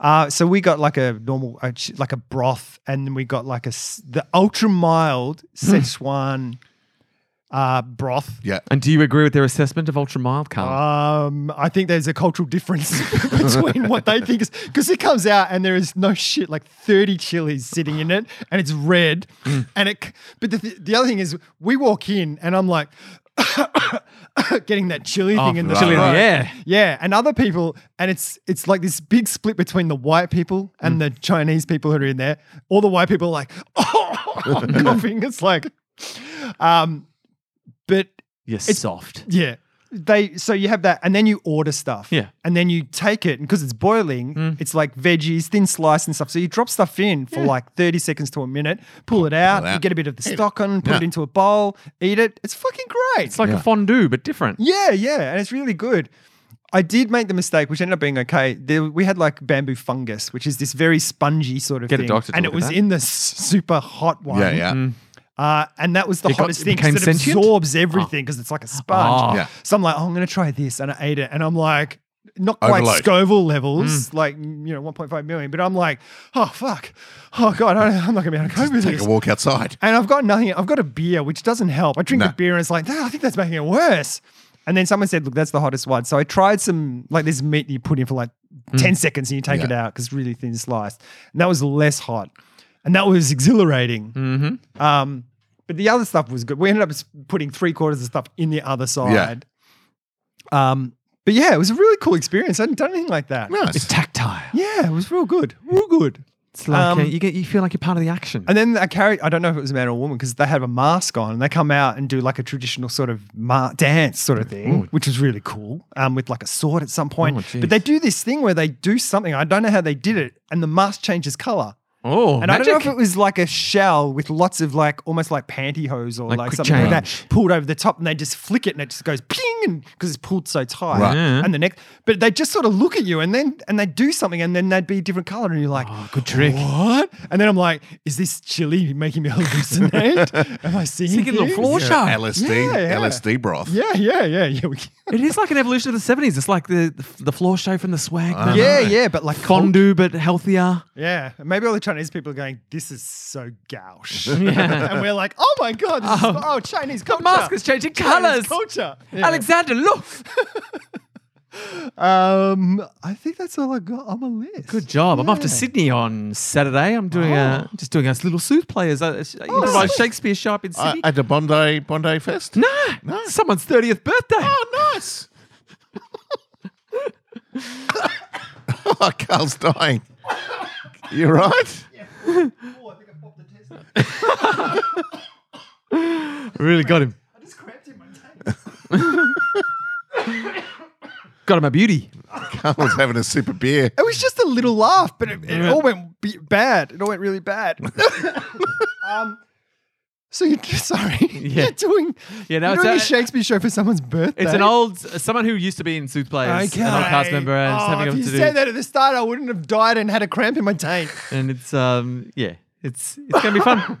Uh, so we got like a normal, uh, ch- like a broth, and then we got like a, s- the ultra mild Szechuan uh, broth. Yeah. And do you agree with their assessment of ultra mild, Carl? Um, I think there's a cultural difference *laughs* between what they think is because it comes out and there is no shit like 30 chilies sitting in it and it's red and it. c- But the, th- the other thing is we walk in and I'm like *coughs* getting that chili Oh, thing in the chili, throat. yeah. yeah, and other people and it's it's like this big split between the white people and the Chinese people who are in there. All the white people are like *laughs* oh, coughing. It's like, um, but You're soft. yeah. They so you have that, and then you order stuff. Yeah. Mm. And then you take it, and because it's boiling, it's like veggies, thin slice and stuff. So you drop stuff in for like 30 seconds to a minute, pull it out, it out. you get a bit of the Eat it. stock on, put it Yeah. into a bowl, eat it. It's fucking great. It's like a fondue, but different. yeah, yeah. And it's really good. I did make the mistake, which ended up being okay. There, we had like bamboo fungus, which is this very spongy sort of Get a thing. doctor to and look it at was that. in the s- super hot one. Yeah, yeah. Uh, and that was the It got- hottest it thing became because it sentient? absorbs everything because it's like a sponge. Ah. Yeah. So I'm like, oh, I'm going to try this. And I ate it. And I'm like, not quite Overload. Scoville levels, Mm. like, you know, 1.5 million. But I'm like, oh, fuck. Oh, God, I, I'm not going to be able to cope with Take this. a walk outside. And I've got nothing. I've got a beer, which doesn't help. I drink No. a beer and it's like, "Ah, I think that's making it worse. And then someone said, look, that's the hottest one. So I tried some, like this meat you put in for like 10 seconds and you take Yeah. it out because it's really thin sliced. And that was less hot. And that was exhilarating. Um, but the other stuff was good. We ended up s- putting three quarters of stuff in the other side. Um, but yeah, it was a really cool experience. I hadn't done anything like that. It's Nice. tactile. Yeah, it was real good. Real good. It's like Um, uh, you get you feel like you're part of the action. And then I carry, I don't know if it was a man or a woman because they have a mask on and they come out and do like a traditional sort of ma- dance sort of thing, which was really cool um, with like a sword at some point. Oh, but they do this thing where they do something. I don't know how they did it. And the mask changes color. oh, And I don't know if it was like a shell with lots of like almost like pantyhose or Like like, quick something like change. that pulled over the top, and they just flick it and it just goes ping, and because it's pulled so tight, Right. Yeah. and the neck. But they just sort of look at you, and then and they do something, and then they'd be a different color, and you're like, Oh, good trick. What? And then I'm like, is this chili making *laughs* me hallucinate? Am I seeing Thinking little things? floor yeah. show. LSD, Yeah, yeah. LSD broth. Yeah, yeah, yeah, yeah. we- It is like an evolution of the 70s. It's like the the floor show from the swag. I yeah, know. yeah, but like cult- Fondue, but healthier. Yeah, and maybe all the Chinese people are going, "This is so *laughs* gauche," and we're like, "Oh my god, this is, oh Chinese culture." mask is changing Chinese colours. Culture. Alexander, look. Um, I think that's all I got on my list. Good job. I'm off to Yeah. Oh. Sydney on Saturday. I'm doing a just doing a little sooth players. Uh, sh- improvised sweet. Shakespeare show up in Uh, Sydney. at the Bondi Bondi Fest. *laughs* no, No. someone's 30th birthday. Oh, nice. *laughs* oh, Carl's dying. You right? Oh, Really got him. I just cramped in my Got him a beauty. Carl's having a sip of beer. *laughs* It was just a little *laughs* laugh, but it, it all went b- bad. It all went really bad. um, So you're *laughs* sorry. Yeah. you're doing. Yeah, no, you're it's doing a, a- Shakespeare show for someone's birthday. It's an old uh, someone who used to be in Soothplayers, Okay. an old cast member, and is Oh, having if him you to do. said that at the start, I wouldn't have died and had a cramp in my taint. And it's um yeah, it's it's gonna be *laughs* fun.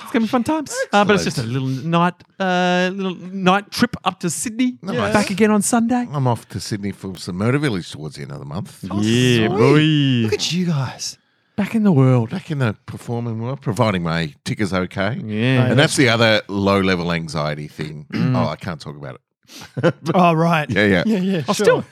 It's gonna be fun times. Uh, but it's just a little night, uh, little night trip up to Sydney. Nice. Back again on Sunday. Oh, I'm off to Sydney for some Murder Village towards the end of the month. yeah, Look at you guys. Back in the world. Back in the performing world, providing my ticker's okay. Yeah. And that's the other low level anxiety *clears throat* thing. oh, I can't talk about it. Oh right. Yeah, yeah. Mm. Yeah, yeah. Oh, sure. still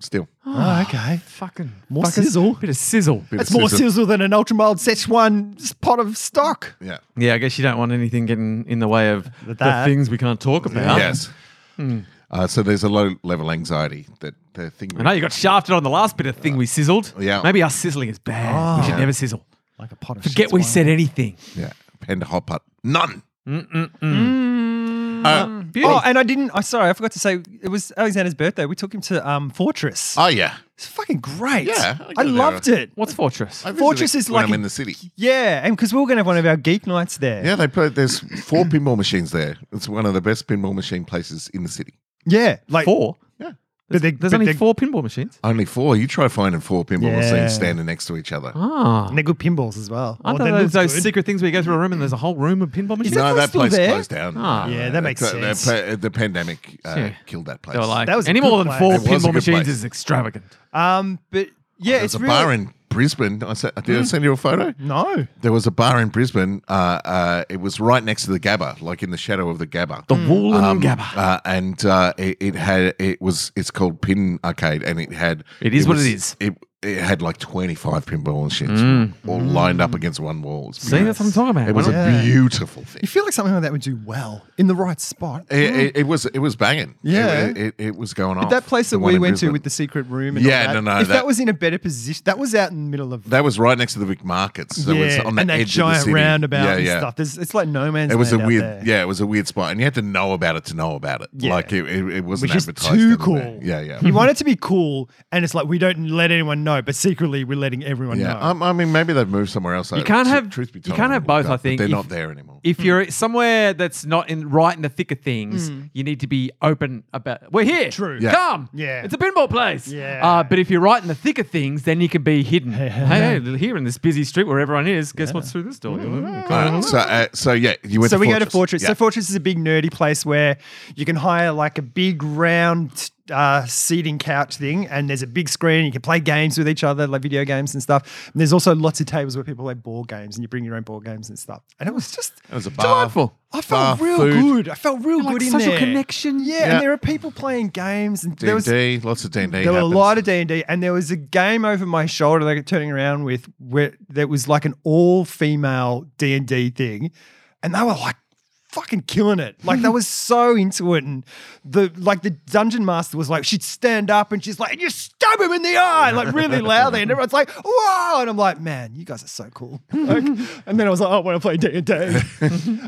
Still. Oh, okay. fucking More fucking- sizzle. Bit of sizzle. Bit That's of more sizzle. sizzle than an ultra mild Szechuan s- pot of stock. Yeah. Yeah, I guess you don't want anything getting in the way of the That. things we can't talk about. Yes. Hmm. Uh, so there's a low level anxiety that the thing. I know you got shafted on the last bit of thing we sizzled. Yeah. Maybe our sizzling is bad. Ah. we should never sizzle. Like a pot of Forget we said anything. Yeah. Panda hot pot. None. Uh, Beauty. Oh, and I didn't. I sorry, I forgot to say it was Alexander's birthday. We took him to um, Fortress. oh, yeah. it's fucking great. Yeah, I go I, there. loved it. What's Fortress? I visit Fortress it is when like I'm a- in the city. Yeah, and because we were going to have one of our geek nights there. Yeah, they play. There's four pinball machines there. It's one of the best pinball machine places in the city. Yeah, like Four. Yeah, But they- There's but only they- four pinball machines. only four. You try finding four pinball Yeah. Oh, machines standing next to each other. Ah. And they're good pinballs as well. Aren't Or they there those, look those Oh, good. secret things where you go through a room and there's a whole room of pinball machines? that no, one that still place there? closed down. Ah. Yeah, that makes the, sense. The, pa- the pandemic uh, Yeah. killed that place. They were like, That was a any good more than place. four It was a pinball good machines place. is extravagant. Um, but yeah, There's it's a really, bar in Brisbane. I said, did I send you a photo? No, There was a bar in Brisbane. Uh, uh, it was right next to the Gabba, like in the shadow of the Gabba. Mm. The Woolen Um, Gabba. uh, and uh, it, it had it was it's called Pin Arcade, and it had It is what it was- is. It it had like twenty five pinball machines all Mm. lined up against one wall. It's See, that's what I'm talking about. It was Why not- a Yeah. beautiful thing. you feel like something like that would do well in the right spot. It, it, it was it was banging. Yeah. it, it, it was going on. But that place that we went to with the secret room. And all Yeah, that, no, no, If that, that- was in a better position, that was out in the middle of that was right next to the Vic Markets. So it was on the and that edge giant of the city. roundabout Yeah, and yeah. stuff. There's, it's like no man's. It was a land out weird, there. yeah. It was a weird spot, and you had to know about it to know about it. Yeah. Like it, it, it wasn't Which is advertised. too anywhere. cool. Yeah, yeah. You want it to be cool, and it's like we don't let anyone know, but secretly we're letting everyone Yeah, know. um, I mean, maybe they've moved somewhere else. You can't have- truth be you told, can't have but both, I think. they're If- not there *laughs* anymore. If Mm. you're somewhere that's not in right in the thick of things, you need to be open about. We're here. True. Yeah. Come. Yeah. It's a pinball place. Yeah. Uh, but if you're right in the thick of things, then you can be hidden. hey, hey, here in this busy street where everyone is, guess what's through this door? Mm-hmm. Uh, so, uh, so yeah, you went. so to we Fortress. go to Fortress. Yeah. So Fortress is a big nerdy place where you can hire like a big round uh, seating couch thing, and there's a big screen. You can play games with each other, like video games and stuff. And there's also lots of tables where people play board games, and you bring your own board games and stuff. And it was just, it was a bar. Delightful. I felt bar, real food, good. I felt real Like good in social there. connection. Yeah, Yeah. and there are people playing games, and D&D, there was lots of D&D. there were a lot of D and D, and there was a game over my shoulder that I kept turning around with, where that was like an all female D and D thing, and they were like fucking killing it. Like *laughs* they was so into it, and the like the dungeon master was like, she'd stand up and she's like, you stab him in the eye, like really loudly, and everyone's like, whoa, and I'm like, man, you guys are so *laughs* cool. Like, and then I was like, oh, I want to play D and *laughs* D.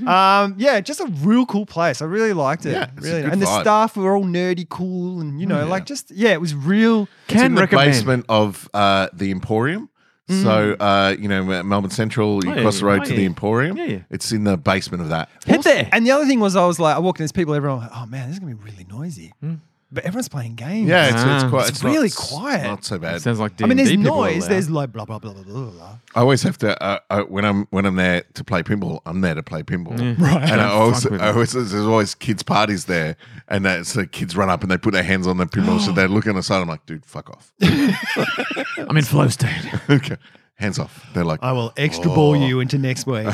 Um, yeah, just a real cool place. I really liked it. Yeah, it's a really, good and the vibe. staff were all nerdy, cool, and you know, like just yeah, it was real. It's Can in the recommend. basement of uh, the Emporium. So Mm-hmm. uh, you know M- Melbourne Central, you Oh, yeah, cross the road oh, to yeah. the Emporium. Yeah, yeah. It's in the basement of that. Head there. And the other thing was, I was like, I walked in, there's people, everyone, like, oh man, this is gonna be really noisy. But everyone's playing games. Yeah, it's, Ah. it's quite. It's not- really quiet. Not so bad. Sounds like D&D I mean, there's people are noise. loud. There's like blah blah blah blah blah. blah. I always have to uh, uh, when I'm when I'm there to play pinball. I'm there to play pinball, Right. *laughs* And I always, fuck with I always there's always kids parties there, and that's the kids run up and they put their hands on the pinball, *gasps* so they're looking aside. I'm like, dude, fuck off, *laughs* I'm in flow state. Okay. hands off. They're like, I will Oh. extra ball you into next week.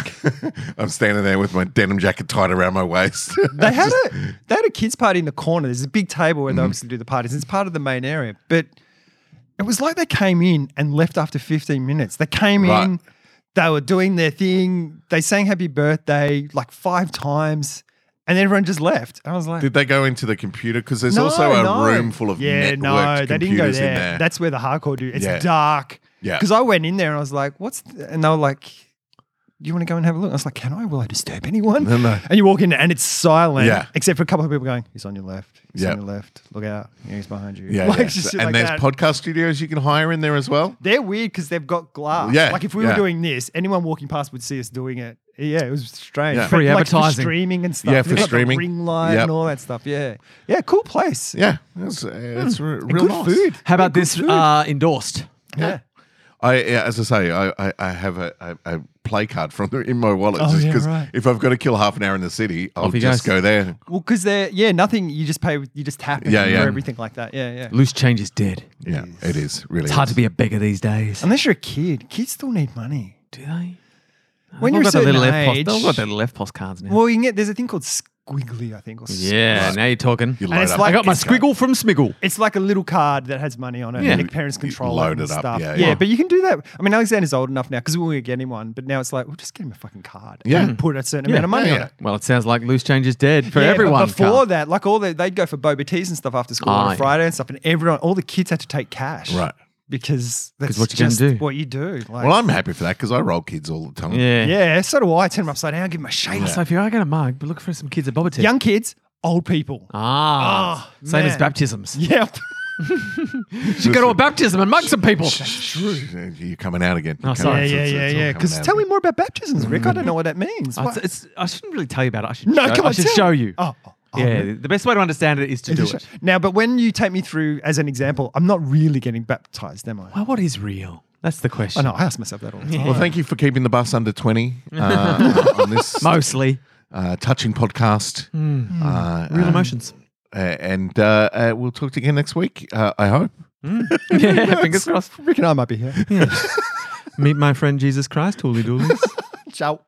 I'm standing there with my denim jacket tied around my waist. *laughs* they had a they had a kids party in the corner. There's a big table Mm-hmm. where they obviously do the parties. It's part of the main area, but it was like they came in and left after 15 minutes. They came Right. in, they were doing their thing. They sang "Happy Birthday" like five times, and then everyone just left. I was *laughs* like, Did they go into the computer? Because there's also a no. room full of networked computers in there. That's where the hardcore do. It's Yeah. dark. Yeah. Because I went in there and I was like, "What's?" th- And they were like, Do you want to go and have a look? I was like, can I? Will I disturb anyone? No, no. And you walk in and it's silent. Yeah. Except for a couple of people going, he's on your left. He's Yeah. on your left. Look out. Yeah, he's behind you. Yeah, *laughs* Like, yeah. just shit and like there's that. podcast studios you can hire in there as well. They're weird because they've got glass. Yeah, Like if we yeah. were doing this, anyone walking past would see us doing it. Yeah, it was strange. Yeah. But, Free like, for advertising. streaming and stuff. Yeah, for They've got the streaming. ring light Yep. and all that stuff. Yeah, yeah, cool place. Yeah, it's, uh, it's re- And real good nice. food. How about this uh, endorsed? Yeah. I yeah, as I say, I, I, I have a, a, a play card from the, in my wallet Oh, just yeah, because right. if I've got to kill half an hour in the city, I'll Off you just goes. go there. Well, because they're yeah, nothing. You just pay. with- You just tap. And Yeah, yeah, yeah. Everything like that. Yeah, yeah. Loose change is dead. Yeah, it is really. It's hard to is. be a beggar these days. Unless you're a kid, kids still need money. Do they? They've When you're all a got the certain little F age, post, they've all got their left post cards now. well, you can get. There's a thing called squiggly, I think. Or s- yeah, now you're talking. You And load it's up. I like- got my It's got- squiggle from Smiggle. It's like a little card that has money on it, Yeah. and your parents You- you control load it and it up, stuff. yeah, Yeah, yeah. but you can do that. I mean, Alexander's old enough now because we were getting one, but now it's like we'll just get him a fucking card. Yeah. and put a certain Yeah, amount of money yeah, on yeah. it. Well, it sounds like loose change is dead for Yeah, but everyone. Before Carl. that, like all the, they'd go for boba teas and stuff after school Ah, on yeah. a Friday and stuff, and everyone, all the kids had to take cash, Right. Because that's what you can just do. what you do. Like, Well, I'm happy for that because I roll kids all the time. *laughs* yeah. yeah, so do I. Turn them upside down, give them a shake. So if you are going to mug, but look for some kids at Boba Tea. Young kids, old people. *laughs* Ah, Oh, same as man. baptisms. Yep. You go to a baptism and mug some people. You're coming out again. Oh, You're sorry. coming yeah, out. It's- yeah, yeah, it's all yeah. coming Because out. tell me more about baptisms, Rick. I don't know what that means. Oh, it's, What- it's, I shouldn't really tell you about it. I should. No, show, come I on, should tell- show you. Oh, oh, oh, yeah. really? The best way to understand it is to do it. Now, but when you take me through as an example, I'm not really getting baptized, am I? Well, what is real? That's the I question. know. I ask myself that all the time. *laughs* Well, thank you for keeping the bus under 20 uh, on this Mostly uh, touching podcast. Hmm. Uh, real um, emotions. uh, and uh, uh, we'll talk to you again next week, uh, I hope. *laughs* yeah, *laughs* fingers crossed. *laughs* Rick and I might be here. Meet my friend Jesus Christ, Holy Doolies. Ciao.